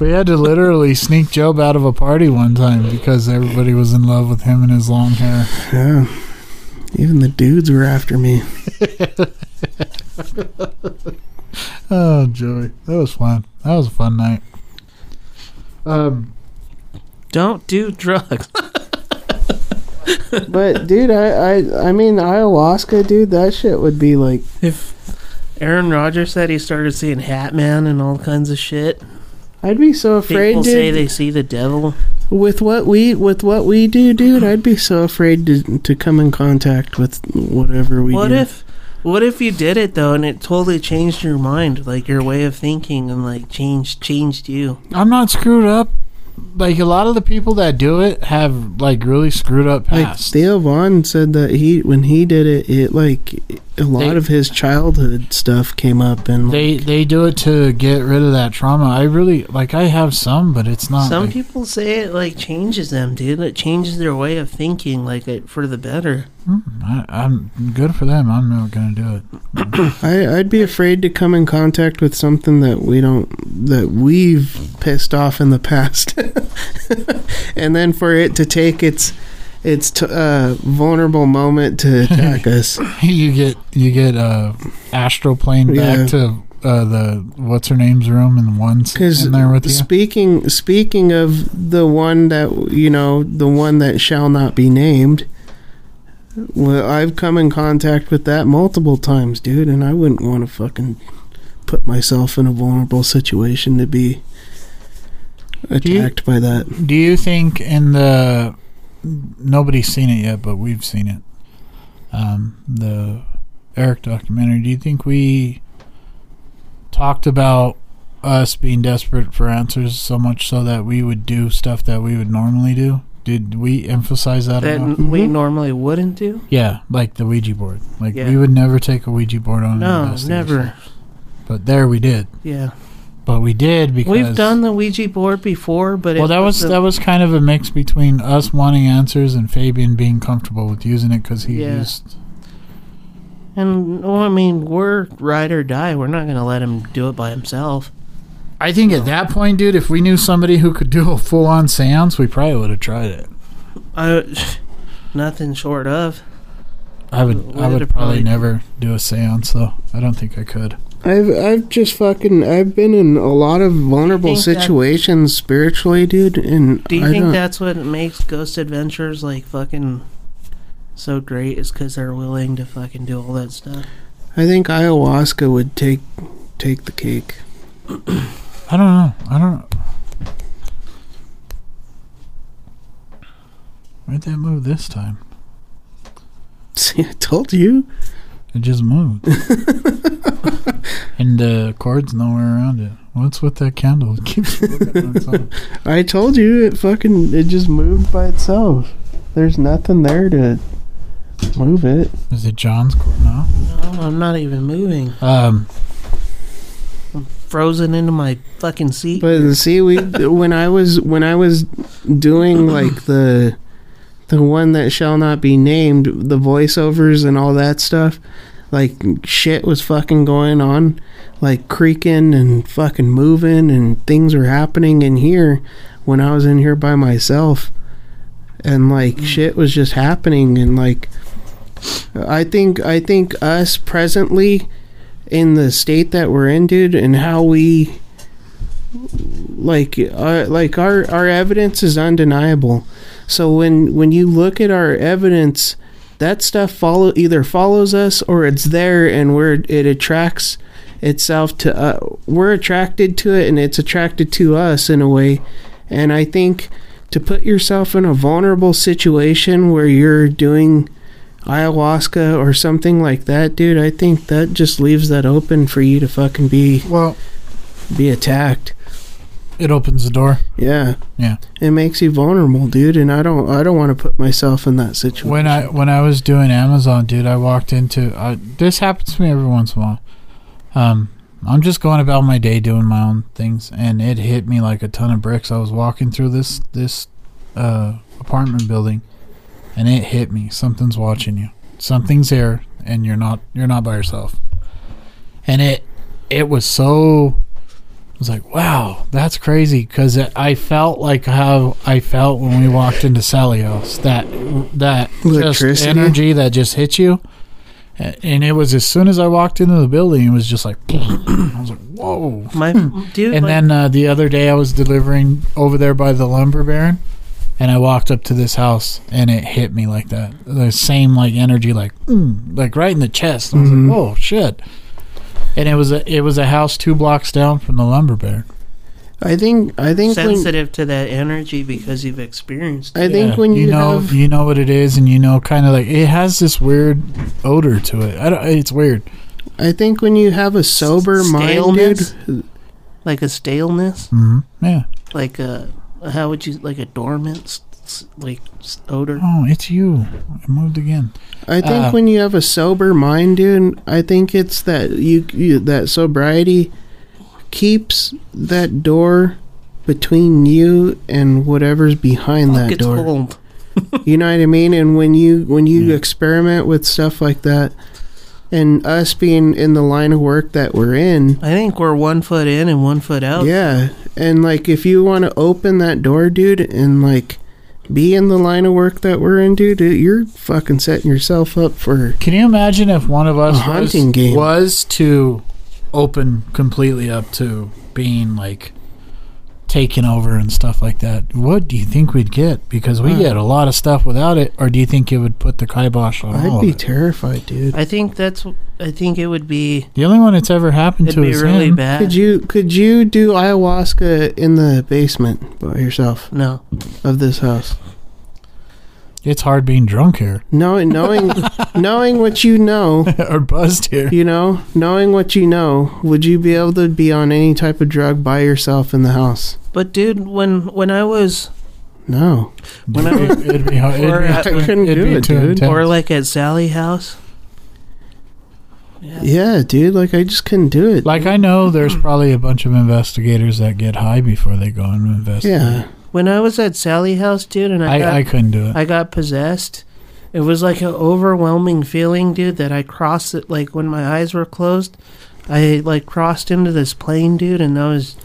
We had to literally sneak Job out of a party one time because everybody was in love with him and his long hair. Yeah. Even the dudes were after me. Oh, Joey. That was fun. That was a fun night. Um, Don't do drugs. [LAUGHS] But dude, I, I I mean ayahuasca, dude, that shit would be like if Aaron Rodgers said he started seeing Hat Man and all kinds of shit, I'd be so afraid people say dude. they see the devil. with what we with what we do, dude, I'd be so afraid to to come in contact with whatever we What do. if, what if you did it though, and it totally changed your mind, like your way of thinking, and like changed changed you? I'm not screwed up. Like, a lot of the people that do it have, like, really screwed up like past. Theo Vaughn said that he when he did it, it like a lot They- of his childhood stuff came up and They they do it to get rid of that trauma. I really like I have some, but it's Oh, not. Some like- people say it like changes them, dude. It changes their way of thinking, like it for the better. I, I'm good for them. I'm not gonna do it. I, I'd be afraid to come in contact with something that we don't that we've pissed off in the past, [LAUGHS] and then for it to take its its t- uh, vulnerable moment to attack us. [LAUGHS] you get you get uh, astral plane back Yeah. to uh, the what's her name's room and one's Because in there with you. speaking speaking of the one that you know the one that shall not be named. Well, I've come in contact with that multiple times, dude, and I wouldn't want to fucking put myself in a vulnerable situation to be you- attacked by that. do you think in the nobody's seen it yet, but we've seen it. Um, the Eric documentary. Do you think we talked about us being desperate for answers so much so that we would do stuff that we would normally do? Did we emphasize that? Uh, That enough? n mm-hmm. we normally wouldn't do. Yeah, like the Ouija board. Like Yeah. we would never take a Ouija board on. an No, investigation. Oh, never. But there we did. Yeah, But we did because we've done the Ouija board before, but Well, it that was the- that was kind of a mix between us wanting answers and Fabian being comfortable with using it because he Yeah. used. And well, I mean, we're ride or die. We're not gonna let him do it by himself. I think at that point, dude, if we knew somebody who could do a full-on séance, we probably would have tried it. I, nothing short of. I would. We'd I would have probably probably- never do a séance though. I don't think I could. I've I've just fucking I've been in a lot of vulnerable think that- situations spiritually, dude. And Do you I think don't, that's what makes Ghost Adventures like fucking so great? Is because they're willing to fucking do all that stuff. I think ayahuasca would take take the cake. [LAUGHS] I don't know. I don't. know. Where'd that move this time? See, I told you. It just moved. and the cord's nowhere around it. What's with that candle? [LAUGHS] It keeps looking on its own. I told you it fucking it just moved by itself. There's nothing there to move it. Is it John's cord? No. No, I'm not even moving. Um, Frozen into my fucking seat. But see, we when I was when I was doing like the the one that shall not be named, the voiceovers and all that stuff, like shit was fucking going on, like creaking and fucking moving and things were happening in here when I was in here by myself, and like shit was just happening and like I think I think us presently in the state that we're in, dude, and how we like uh, like our our evidence is undeniable so when when you look at our evidence that stuff follow either follows us or it's there and where it attracts itself to uh, we're attracted to it and it's attracted to us in a way and i think to put yourself in a vulnerable situation where you're doing ayahuasca or something like that dude i think that just leaves that open for you to fucking be well, be attacked it opens the door. yeah Yeah. it makes you vulnerable, dude. And I don't, I don't want to put myself in that situation. When I when I was doing Amazon, dude, I walked into. I, this happens to me every once in a while. Um, I'm just going about my day doing my own things, and it hit me like a ton of bricks. I was walking through this this uh, apartment building, and it hit me. Something's watching you. Something's there, and you're not you're not by yourself. And it it was so. I was like, wow, that's crazy, because I felt like how I felt when we walked into Sally's house. That that just Electricity? energy that just hit you. A- And it was as soon as I walked into the building, it was just like, [CLEARS THROAT] I was like, whoa. [CLEARS THROAT] My [LAUGHS] dude, And my- then uh, the other day, I was delivering over there by the lumber baron, and I walked up to this house, and it hit me like that. The same like energy, like mm, like right in the chest. I was like, "Whoa, shit!" And it was a it was a house two blocks down from the lumber baron. I think I think when, sensitive to that energy because you've experienced. It. I think Yeah, when you, know have you know what it is, and you know kind of like it has this weird odor to it. I don't. It's weird. I think when you have a sober mind, Staleness? dude, like a staleness, hmm Yeah. like a how would you like a dormant s- s- like s- odor. Oh, it's you. It moved again. I think Uh, when you have a sober mind, dude, I think it's that you, you that sobriety keeps that door between you and whatever's behind Fuck, that it's door. cold. You know what I mean? And when you when you experiment with stuff like that, and us being in the line of work that we're in, I think we're one foot in and one foot out. yeah. And like, if you want to open that door, dude, and like be in the line of work that we're in, dude, uh, you're fucking setting yourself up for Can you imagine if one of us A hunting was, game. was to open completely up to being like taken over and stuff like that? What do you think we'd get? Because we get a lot of stuff without it, or do you think it would put the kibosh on all I'd of be it? terrified, dude. I think that's. I think it would be. the only one that's ever happened It'd to be is really him. bad. Could you could you do ayahuasca in the basement by yourself No, of this house? It's hard being drunk here [LAUGHS] Knowing knowing knowing what you know, or buzzed here. you know, knowing what you know, would you be able to be on any type of drug by yourself in the house? but dude, when when I was No. when I was, It'd be, it'd be, hard- it'd Or be I too- couldn't it'd do be it, too dude. intense. or like at Sally House, Yeah, dude, like I just couldn't do it. Like I know there's probably a bunch of investigators that get high before they go and investigate. yeah. when I was at Sally House, dude, and I, got, I, I couldn't do it. I got possessed. It was like an overwhelming feeling, dude, that I crossed it. Like when my eyes were closed, I like crossed into this plane, dude, and I was,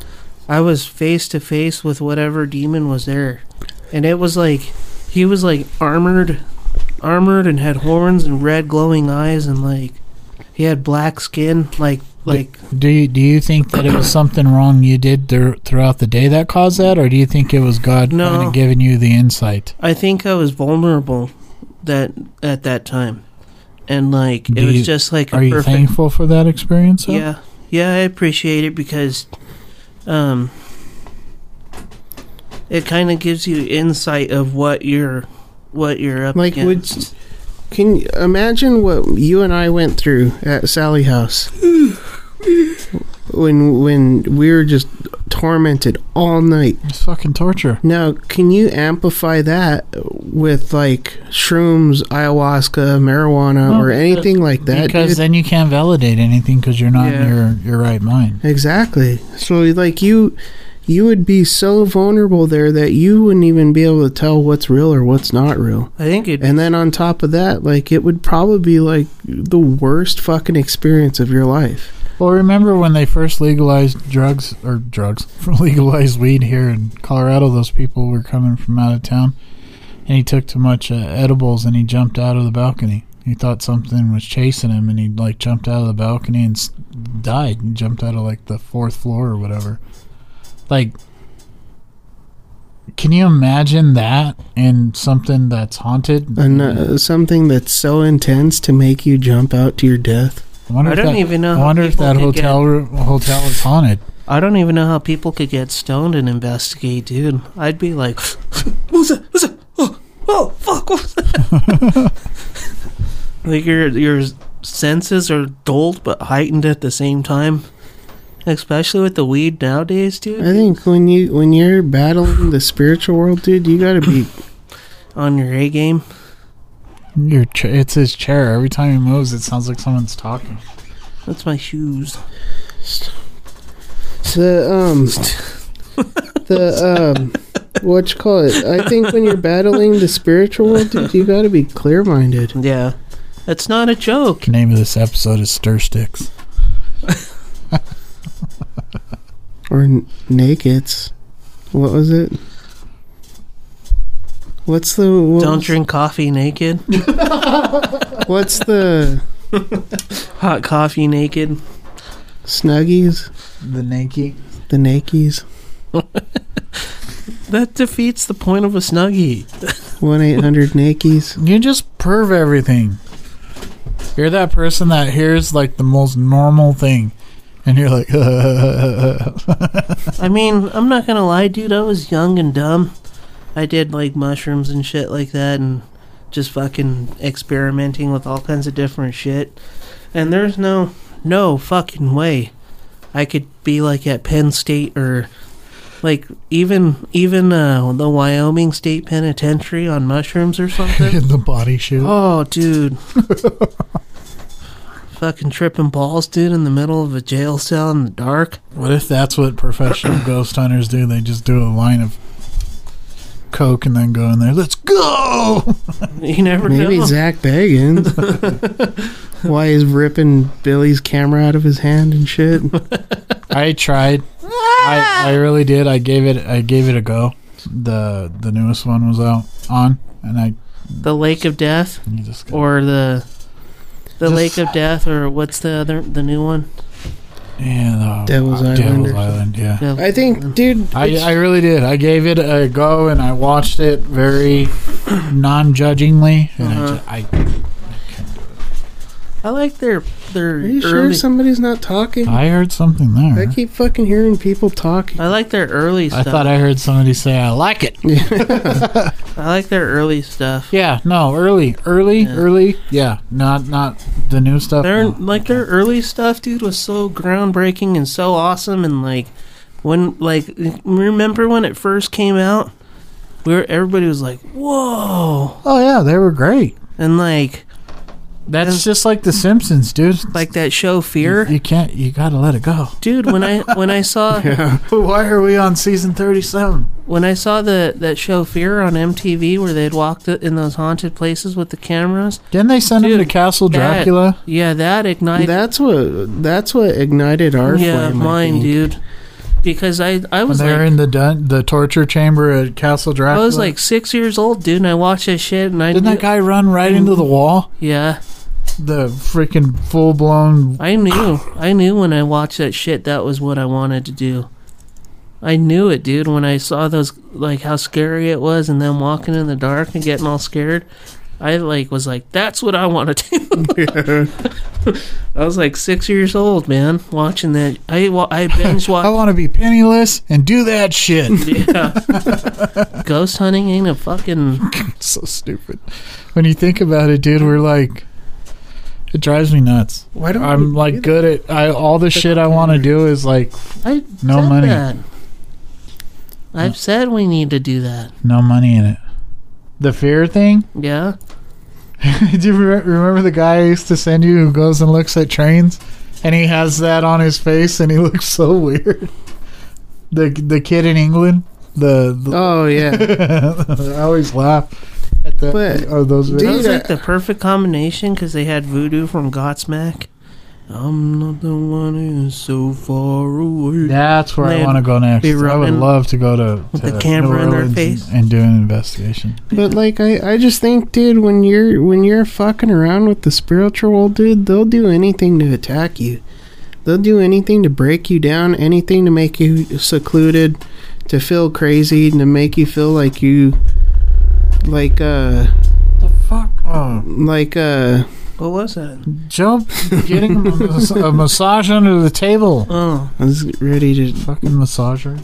I was face to face with whatever demon was there, and it was like, he was like armored, armored and had horns and red glowing eyes and like, he had black skin, like like Do you, do you think that it [CLEARS THROAT] was something wrong you did thr throughout the day that caused that, or do you think it was God No. kind of giving you the insight? I think I was vulnerable, that at that time, and like Do it was you- just like a Are you perfect. thankful for that experience? though? Yeah, yeah, I appreciate it because, um, it kind of gives you insight of what you're, what you're up Like, would- against. Can you imagine what you and I went through at Sally House? when when we were just tormented all night. It's fucking torture. Now, can you amplify that with like shrooms, ayahuasca, marijuana, No, or anything like that? because dude? then you can't validate anything because you're not Yeah. in your, your right mind. exactly. So, like you, you would be so vulnerable there that you wouldn't even be able to tell what's real or what's not real. I think it. And then on top of that, like it would probably be like the worst fucking experience of your life. Well, remember when they first legalized drugs or drugs [LAUGHS] legalized weed here in Colorado? Those people were coming from out of town, and he took too much uh, edibles and he jumped out of the balcony. He thought something was chasing him, and he like jumped out of the balcony and s- died. And jumped out of like the fourth floor or whatever. Like, can you imagine that in something that's haunted? And uh, something that's so intense to make you jump out to your death. I, wonder I if don't that- even know I how wonder if people that could get- hotel ro- hotel is haunted. I don't even know how people could get stoned and investigate, dude. I'd be like, [LAUGHS] "What's that? What's that? Oh, oh, fuck! What's that?" like your your senses are dulled but heightened at the same time, especially with the weed nowadays, dude. I think when you when you're battling the spiritual world, dude, you got to be on your A game. Your ch- it's his chair. Every time he moves, it sounds like someone's talking. That's my shoes. So um the um what you call it? I think when you're battling the spiritual world, dude, you got to be clear-minded. Yeah. That's not a joke. The name of this episode is Stir Sticks. or n- nakeds. What was it? What's the what Don't was- drink coffee naked. What's the Hot coffee naked. snuggies? The Nike. The nakies? That defeats the point of a snuggie. One eight hundred nakies. You just perv everything. You're that person that hears like the most normal thing, and you're like, [LAUGHS] I mean, I'm not gonna lie, dude. I was young and dumb. I did like mushrooms and shit like that, and just fucking experimenting with all kinds of different shit. And there's no, no fucking way I could be like at Penn State or like even even uh, the Wyoming State Penitentiary on mushrooms or something. in the body shoot. oh, [LAUGHS] dude. Fucking tripping balls, dude, in the middle of a jail cell in the dark. [LAUGHS] What if that's what [COUGHS] professional ghost hunters do? They just do a line of coke and then go in there. Let's go. You never know. Maybe Zach [LAUGHS] Bagans. Why he's ripping Billy's camera out of his hand and shit? I tried. I, I really did. I gave it. I gave it a go. The the newest one was out on, and I The Lake of Death you just got- or the the Lake of Death or what's the other the new one? yeah, the Devil's Island Devil's or Island. Yeah. The- I think, dude. I, it's- I really did. I gave it a go and I watched it very non judgingly. And I, ju- I like their their are you early sure somebody's not talking? I, I heard something I there. keep fucking hearing people talking. I like their early I stuff. thought I heard somebody say, I like it. I like their early stuff. Yeah, no, early. Early, early. Yeah, not not the new stuff. Their Oh, no. like their early stuff, dude, was so groundbreaking and so awesome and like when like remember when it first came out? We were everybody was like, Whoa Oh, yeah, they were great. and like That's just like The Simpsons, dude. like that show Fear. You can't, you gotta let it go. Dude, when I when I saw [LAUGHS] Why are we on season 37? when I saw the that show Fear on MTV where they'd walk the, in those haunted places with the cameras, Didn't they send him Dude, to Castle that- Dracula? yeah, that ignited that's what that's what ignited our yeah flame, I mine, think. dude. Because I I When was they're like in the dun- the torture chamber at Castle I Dracula? was like six years old, dude, and I watched that shit and I Didn't knew, that guy run right into the wall? yeah The freaking full blown. I knew I knew when I watched that shit that was what I wanted to do. I knew it, dude. When I saw those like how scary it was and them walking in the dark and getting all scared, I like was like, that's what I want to do. [LAUGHS] I was like six years old, man, watching that. I wa- [LAUGHS] I binge I watched. want to be penniless and do that shit. yeah. Ghost hunting ain't a fucking. [LAUGHS] so stupid. When you think about it, dude, we're like, it drives me nuts. Why don't I'm like good at I all the shit I want to do is like I No said money. That. I've said we need to do that. no money in it. The fear thing. Yeah. [LAUGHS] do you re- remember the guy I used to send you who goes and looks at trains, and he has that on his face and he [LAUGHS] looks so weird. The the kid in England. The, the Oh yeah, [LAUGHS] I always laugh at that. But, oh, those That videos. was Dude, like I- the perfect combination because they had voodoo from Godsmack. I'm not the one who's so far away. That's where I They'd want to go next. be I would running love to go to, with to the camera New in their Orleans face. and do an investigation. but like I, I just think, dude, when you're when you're fucking around with the spiritual world, dude, they'll do anything to attack you. They'll do anything to break you down, anything to make you secluded, to feel crazy, and to make you feel like you, like uh, The fuck? Oh, like uh, What was that? Joe, getting a, mas- a massage under the table. Oh, I was ready to. Fucking massager.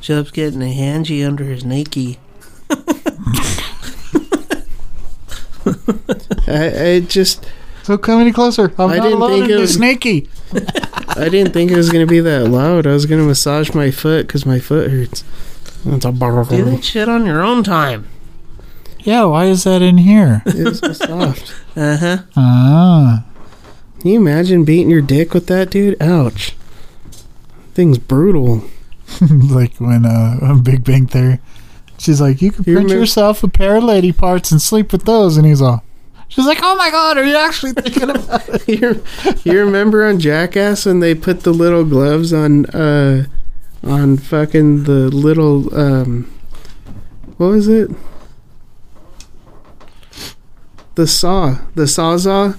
Chubb's getting a hangy under his Nike. I, I just So come any closer. I'm I not didn't alone think in it this was- sneaky. I didn't think it was gonna be that loud. I was gonna massage my foot because my foot hurts. That's a Oh. Do that shit on your own time. [LAUGHS] Yeah, why is that in here? It was so soft. Uh huh. ah, [LAUGHS] Can you imagine beating your dick with that, dude? Ouch. Thing's brutal. like when uh, [LAUGHS] on Big Bang Theory, she's like, "You can You print remember- yourself a pair of lady parts and sleep with those," and he's all, "She's like, oh my god, are you actually thinking about it?" you, you remember on Jackass when they put the little gloves on uh on fucking the little um what was it? The saw, the sawzall.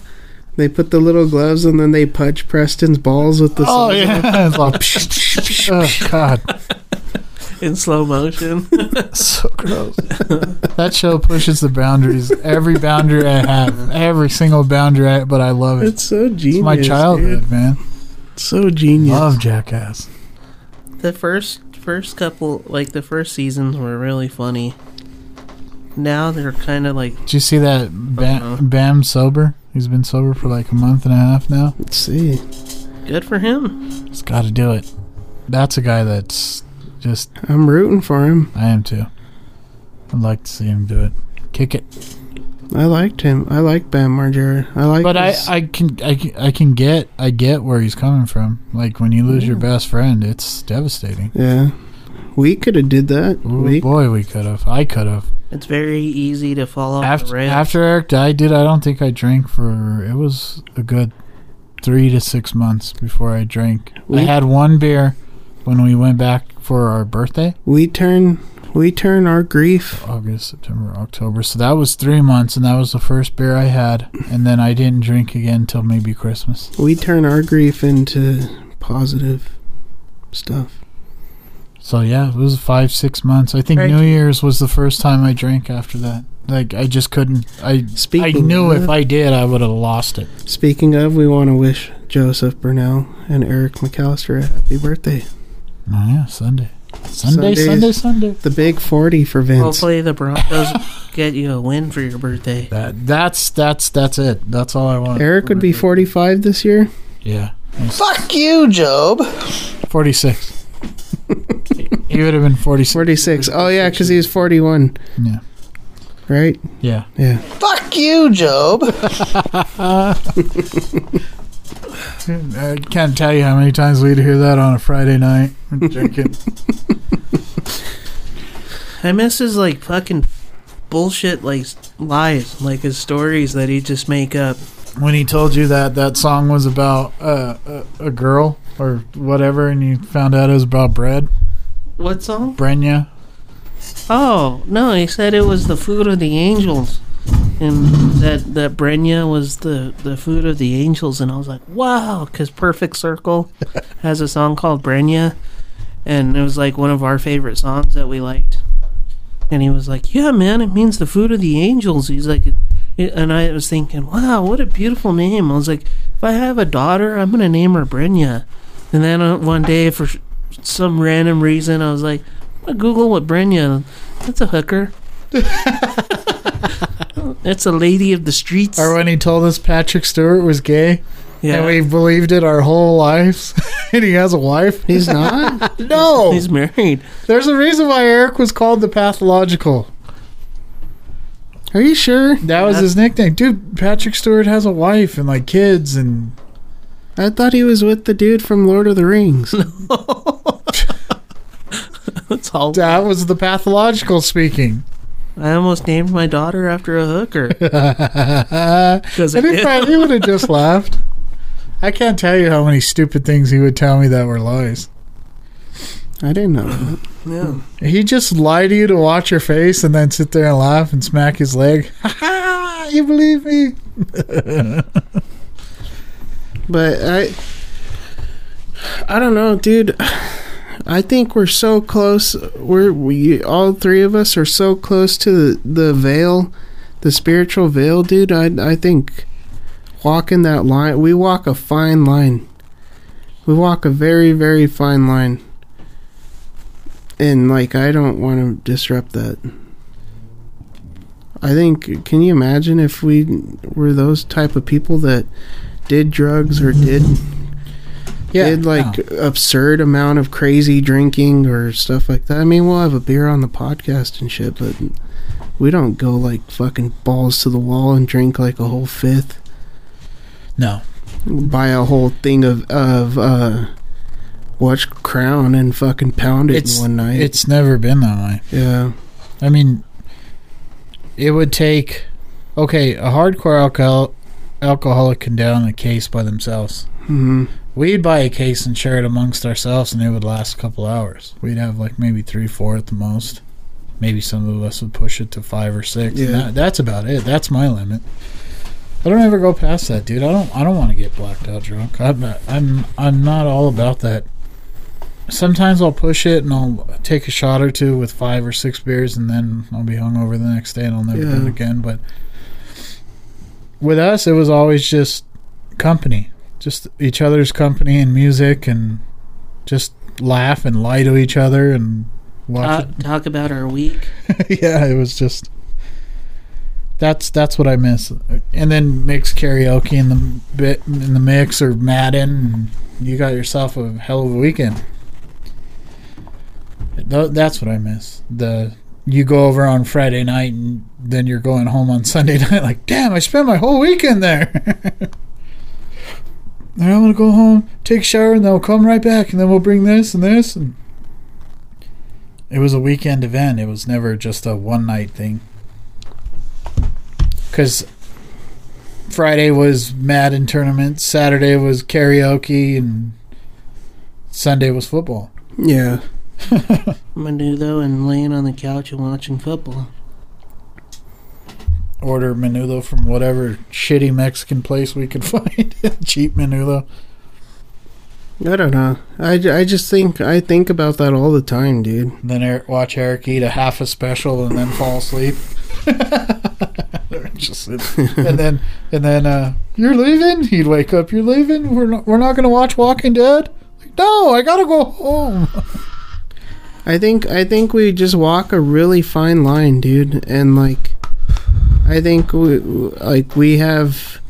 They put the little gloves and then they punch Preston's balls with [LAUGHS] the Oh sawzall. yeah, [LAUGHS] it's all, [LAUGHS] oh god, in slow motion. so gross. that show pushes the boundaries. Every boundary I have, every single boundary, I, but I love [LAUGHS] it. It's so genius. It's my childhood, dude. man. So genius. Love Jackass. the first first couple, like the first seasons, were really funny. Now they're kind of like Did you see that Uh-huh. Bam, Bam sober? He's been sober for like a month and a half now. Let's see. good for him. He's got to do it. That's a guy that's just. I'm rooting for him. I am too. I'd like to see him do it. Kick it. I liked him. I like Bam Margera. I like But I, his- I can I, can- I can get I get where he's coming from. Like when you lose your best friend, it's devastating. Yeah. We could have did that. Ooh, we boy, we could have. I could have. It's very easy to fall off the After rails. after Eric died, dude, I don't think I drank for it was a good three to six months before I drank. I We- had one beer when we went back for our birthday. we turn we turn our grief August, September, October. So that was three months, and that was the first beer I had. And then I didn't drink again till maybe Christmas. we turn our grief into positive stuff. So yeah, it was five, six months. I think Right. New Year's was the first time I drank after that. Like I just couldn't. I I Speaking knew of- if I did, I would have lost it. Speaking of, we want to wish Joseph Burnell and Eric McAllister a happy birthday. Oh yeah, Sunday, Sunday, Sundays. Sunday, Sunday. The big forty for Vince. Hopefully the Broncos [LAUGHS] get you a win for your birthday. That that's that's that's it. That's all I want. Eric would be forty five this year. Yeah, Fuck you, Job. forty six. [LAUGHS] he would have been forty six. Forty six. Oh yeah, because he was forty one. Yeah. Right? Yeah. Yeah. Fuck you, [LAUGHS] Job. I can't tell you how many times we'd hear that on a Friday night. [LAUGHS] Drinking. I miss his like fucking bullshit like lies, like his stories that he just make up. when he told you that that song was about uh, a, a girl or whatever, and you found out it was about bread, What song? Brenya. Oh no, he said it was the food of the angels, and that that Brenya was the the food of the angels, and I was like, wow, because Perfect Circle [LAUGHS] has a song called Brenya, and it was like one of our favorite songs that we liked, and he was like, yeah, man, it means the food of the angels. He's like, it- and I was thinking, wow, what a beautiful name. I was like, if I have a daughter, I'm gonna name her Brenya, and then uh, one day for some random reason, I was like. I Google what Brenya. That's a hooker. That's a lady of the streets. Or when he told us Patrick Stewart was gay, yeah, and we believed it our whole lives, [LAUGHS] and he has a wife. He's not? [LAUGHS] No, he's married. there's a reason why Eric was called the pathological. Are you sure? That was Yeah. his nickname, dude. Patrick Stewart has a wife and like kids, and I thought he was with the dude from Lord of the [LAUGHS] Rings. That's all. that was the pathological speaking. [LAUGHS] I almost named my daughter after a hooker. Because And he [LAUGHS] probably would have just laughed. I can't tell you how many stupid things he would tell me that were lies. I didn't know that. yeah. He'd just lie to you to watch your face and then sit there and laugh and smack his leg. [LAUGHS] Ha ha! You believe me? But I I don't know, dude. I think we're so close. We're we all three of us are so close to the, the veil, the spiritual veil, dude. I I think walking that line, we walk a fine line. We walk a very very fine line. And like I don't want to disrupt that. I think can you imagine if we were those type of people that did drugs or did did like absurd amount of crazy drinking or stuff like that. I mean, we'll have a beer on the podcast and shit, but we don't go like fucking balls to the wall and drink like a whole fifth. No. buy a whole thing of of uh, what's crown and fucking pound it It's in one night. It's never been that way. yeah, I mean, it would take okay. A hardcore alcohol alcoholic can down a case by themselves. hmm We'd buy a case and share it amongst ourselves, and it would last a couple hours. We'd have like maybe three, four at the most. Maybe some of us would push it to five or six. and Yeah. that- that's about it. That's my limit. I don't ever go past that, dude. I don't. I don't want to get blacked out drunk. I'm not. I'm. I'm not all about that. Sometimes I'll push it and I'll take a shot or two with five or six beers, and then I'll be hungover the next day and I'll never do Yeah. it again. But with us, it was always just company, just each other's company and music, and just laugh and lie to each other and watch. Talk, talk about our week. it. [LAUGHS] yeah, it was just that's that's what I miss. And then mix karaoke in the bit in the mix or Madden. And you got yourself a hell of a weekend. Tho- That's what I miss. The you go over on Friday night and then you're going home on [LAUGHS] Sunday night. Like, damn, I spent my whole weekend there. [LAUGHS] Now I'm gonna go home, take a shower, and then we'll come right back, and then we'll bring this and this. And it was a weekend event. It was never just a one night thing. Because Friday was Madden tournament, Saturday was karaoke, and Sunday was football. yeah. Manu though, and laying on the couch and watching football. Order menudo from whatever shitty Mexican place we could [LAUGHS] find. Cheap menudo. I don't know. I, ju- I just think I think about that all the time, dude. And then Eric, watch Eric eat a half a special and then fall asleep. [LAUGHS] Just sit- and then and then uh, you're leaving. He'd wake up. You're leaving. We're not, we're not gonna watch Walking Dead. Like, no, I gotta go home. [LAUGHS] I think I think we just walk a really fine line, dude, and like I think we like we have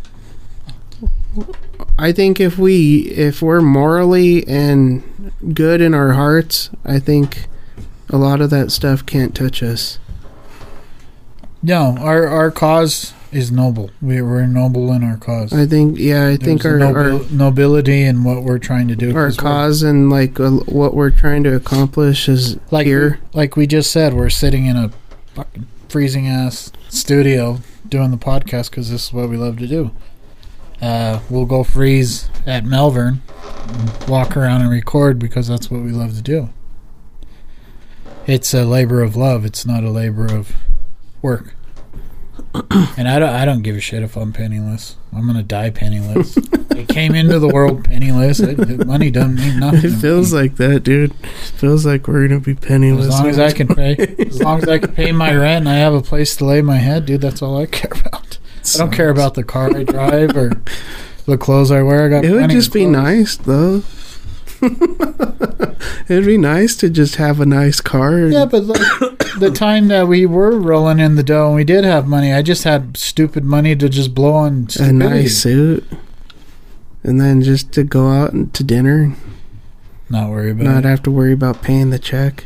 I think if we if we're morally and good in our hearts, I think a lot of that stuff can't touch us. No, our our cause is noble. We we're noble in our cause. I think yeah, I think our There's a our, nobil- nobility in what we're trying to do. our 'cause we're- cause and like uh, what we're trying to accomplish is like here. we- like we just said, we're sitting in a fucking freezing ass studio doing the podcast because this is what we love to do. Uh, we'll go freeze at Melvern, and walk around and record because that's what we love to do. It's a labor of love. It's not a labor of [COUGHS] work. and I don't, I don't give a shit if I'm penniless. I'm gonna die penniless. I came into the world penniless. It- money doesn't mean [LAUGHS] nothing. [LAUGHS] It to feels me. like that, dude. Feels like we're gonna be penniless. As long as I [LAUGHS] can pay, as long as I can pay my rent and I have a place to lay my head, dude, that's all I care [LAUGHS] about. I don't care about the [LAUGHS] car I drive or the clothes I wear. I got. It would plenty of just be clothes. nice, though. [LAUGHS] It'd be nice to just have a nice car. Yeah, but like [COUGHS] the time that we were rolling in the dough and we did have money, I just had stupid money to just blow on a stupidity. nice suit, and then just to go out and to dinner, Not worry about not it. have to worry about paying the check.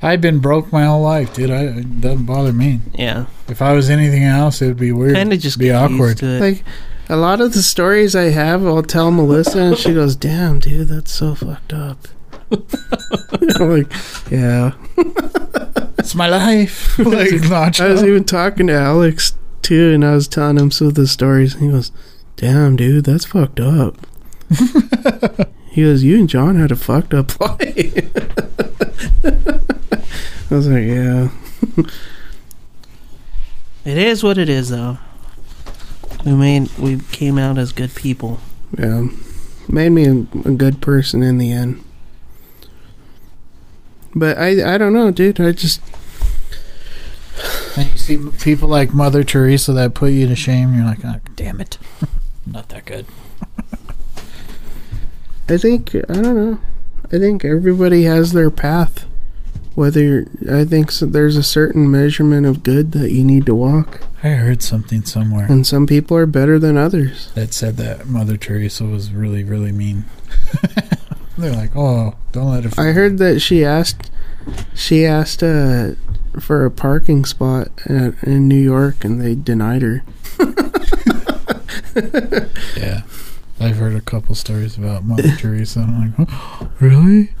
I've been broke my whole life, dude. I, it doesn't bother me. Yeah, If I was anything else, it would be weird. kind of just be get awkward. used to it. Like a lot of the stories I have, I'll tell Melissa, and she goes, "Damn, dude, that's so fucked up." [LAUGHS] I'm like, yeah. It's my life. [LAUGHS] like [LAUGHS] Nacho. I was even talking to Alex too, and I was telling him some of the stories, and he goes, "Damn, dude, that's fucked up." he goes, "You and John had a fucked up [LAUGHS] life." I was like, "Yeah, It is what it is, though. We made we came out as good people. yeah." Made me a, a good person in the end. But I, I don't know, dude. I just And you see people like Mother Teresa that put you to shame. You're like, oh, damn it, [LAUGHS] not that good. I think I don't know. I think everybody has their path. Whether you're, I think so, there's a certain measurement of good that you need to walk, I heard something somewhere and some people are better than others. that said that Mother Teresa was really, really mean. [LAUGHS] They're like, oh, don't let it. I heard that she asked, she asked uh, for a parking spot at, in New York, and they denied her. Yeah. I've heard a couple stories about Mother [LAUGHS] Teresa. I'm like, "Oh, really?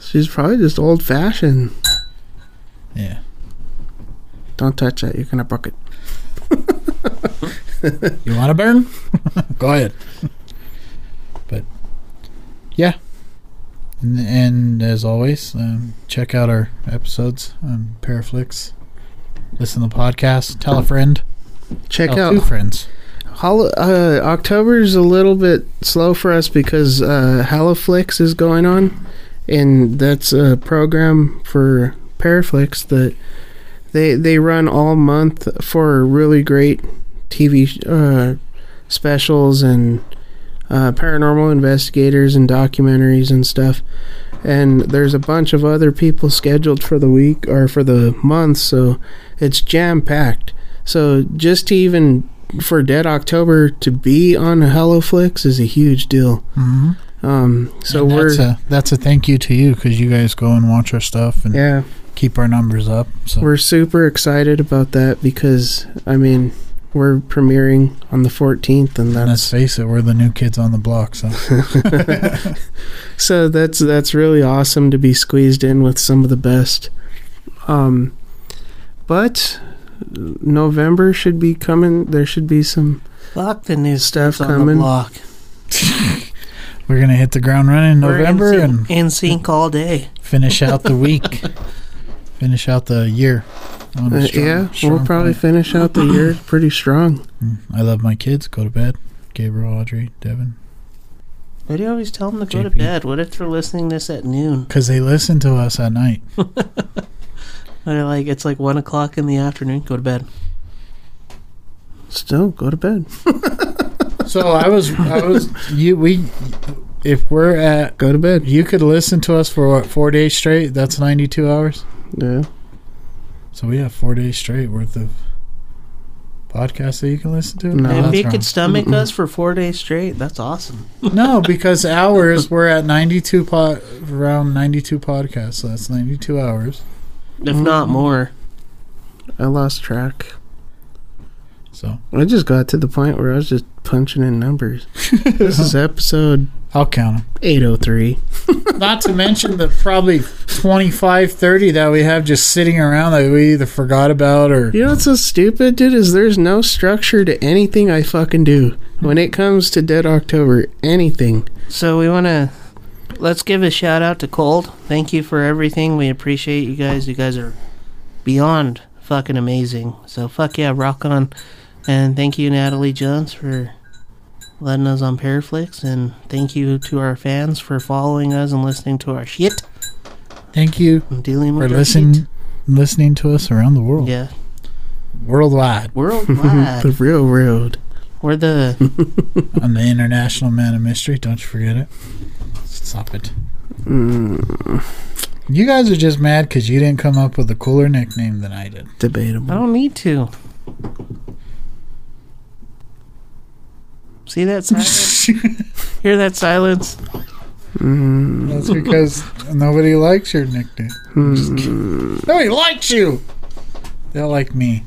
She's probably just old fashioned. Yeah. Don't touch that. You're gonna brook it. You want [LAUGHS] to burn? Go ahead. but yeah, and, and as always, um, check out our episodes on Paraflix. Listen to the podcast. Tell a friend. Check tell out two friends. Hol- uh, October's a little bit slow for us because uh, Haliflix is going on, and that's a program for Paraflix that they they run all month for really great TV sh- uh, specials and uh, paranormal investigators and documentaries and stuff. And there's a bunch of other people scheduled for the week or for the month, so it's jam packed. So just to even for Dead October to be on HelloFlix is a huge deal. Mm-hmm. Um, so And we're that's a that's a thank you to you because you guys go and watch our stuff and yeah, keep our numbers up. So we're super excited about that because I mean we're premiering on the 14th, and and let's that's face it, we're the new kids on the block. So so that's that's really awesome to be squeezed in with some of the best. Um, but November should be coming. There should be some Fuck the new Stuff stuff on coming. the block. we're gonna hit the ground running in We're in November syn- and in sync all day. finish out [LAUGHS] the week, finish out the year. on a uh, strong- yeah. strong we'll probably point. finish out the [CLEARS THROAT] year pretty strong. Mm, I love my kids. Go to bed. Gabriel, Audrey, Devin, Why do you always tell them to go to JP. bed? What if they're listening to this at noon? because they listen to us at night. Or they're like it's like one o'clock in the afternoon. Go to bed. Still, go to bed. So I was, I was, you, we, if we're at, Go to bed. you could listen to us for what, four days straight. That's ninety-two hours. Yeah. So we have four days straight worth of podcasts that you can listen to. No, if Oh, that's you wrong. could stomach us for four days straight, that's awesome. No, because hours we're at ninety-two pod, around ninety-two podcasts. So that's ninety-two hours. If not more. I lost track. So I just got to the point where I was just punching in numbers. [LAUGHS] this is episode I'll count them. 803. Not to mention the probably 25, 30 that we have just sitting around that we either forgot about or You know what's so stupid, dude, is there's no structure to anything I fucking do. When it comes to Dead October, anything. So we want to let's give a shout out to Cold. Thank you for everything. We appreciate you guys. You guys are beyond fucking amazing. So fuck yeah, rock on. And thank you Natalie Jones for letting us on Paraflix and thank you to our fans for following us and listening to our shit thank you and dealing for with our listening listening to us around the world. shit. Yeah. Worldwide The Worldwide. [LAUGHS] real road. We're the on the International Man of Mystery, don't you forget it. Stop it. You guys are just mad because you didn't come up with a cooler nickname than I did. [LAUGHS] I Debatable. don't need to. See that silence? Hear that silence? That's because nobody likes your nickname. I'm just kidding. Nobody likes you. They don't like me.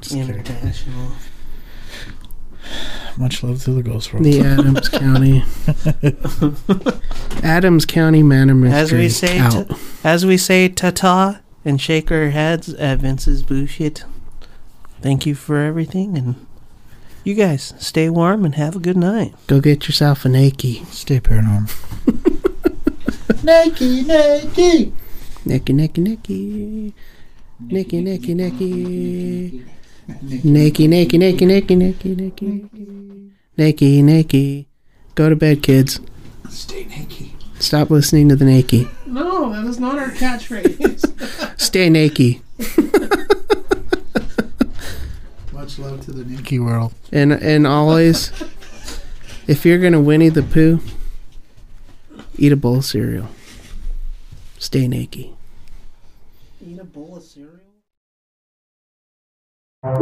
Just kidding. International. Much love to the ghost world. [LAUGHS] The Adams County. Adams County Manor Mystery. As we say, out. ta- as we say, ta-ta, and shake our heads at Vince's bullshit. Thank you for everything, and you guys stay warm and have a good night. Go get yourself an achy. Stay paranormal. Nike, Nike. Nicky, nicky, nicky. Nicky, nicky, nicky. Nicky, nicky, nicky, nicky, nicky, nicky. Nicky, nicky. Go to bed, kids. Stay nicky. Stop listening to the nicky. No, that is not our [LAUGHS] catchphrase. Stay nicky. Much love to the Nike world. And and always, if you're gonna Winnie the Pooh, eat a bowl of cereal. Stay nicky. Eat a bowl of cereal. So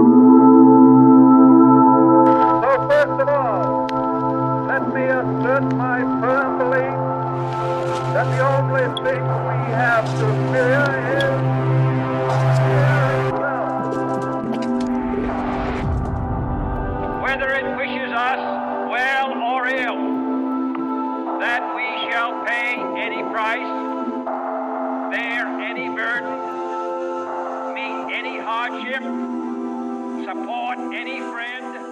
first of all, let me assert my firm belief that the only thing we have to fear is fear itself. that we shall pay any price, bear any burden, meet any hardship, support any friend.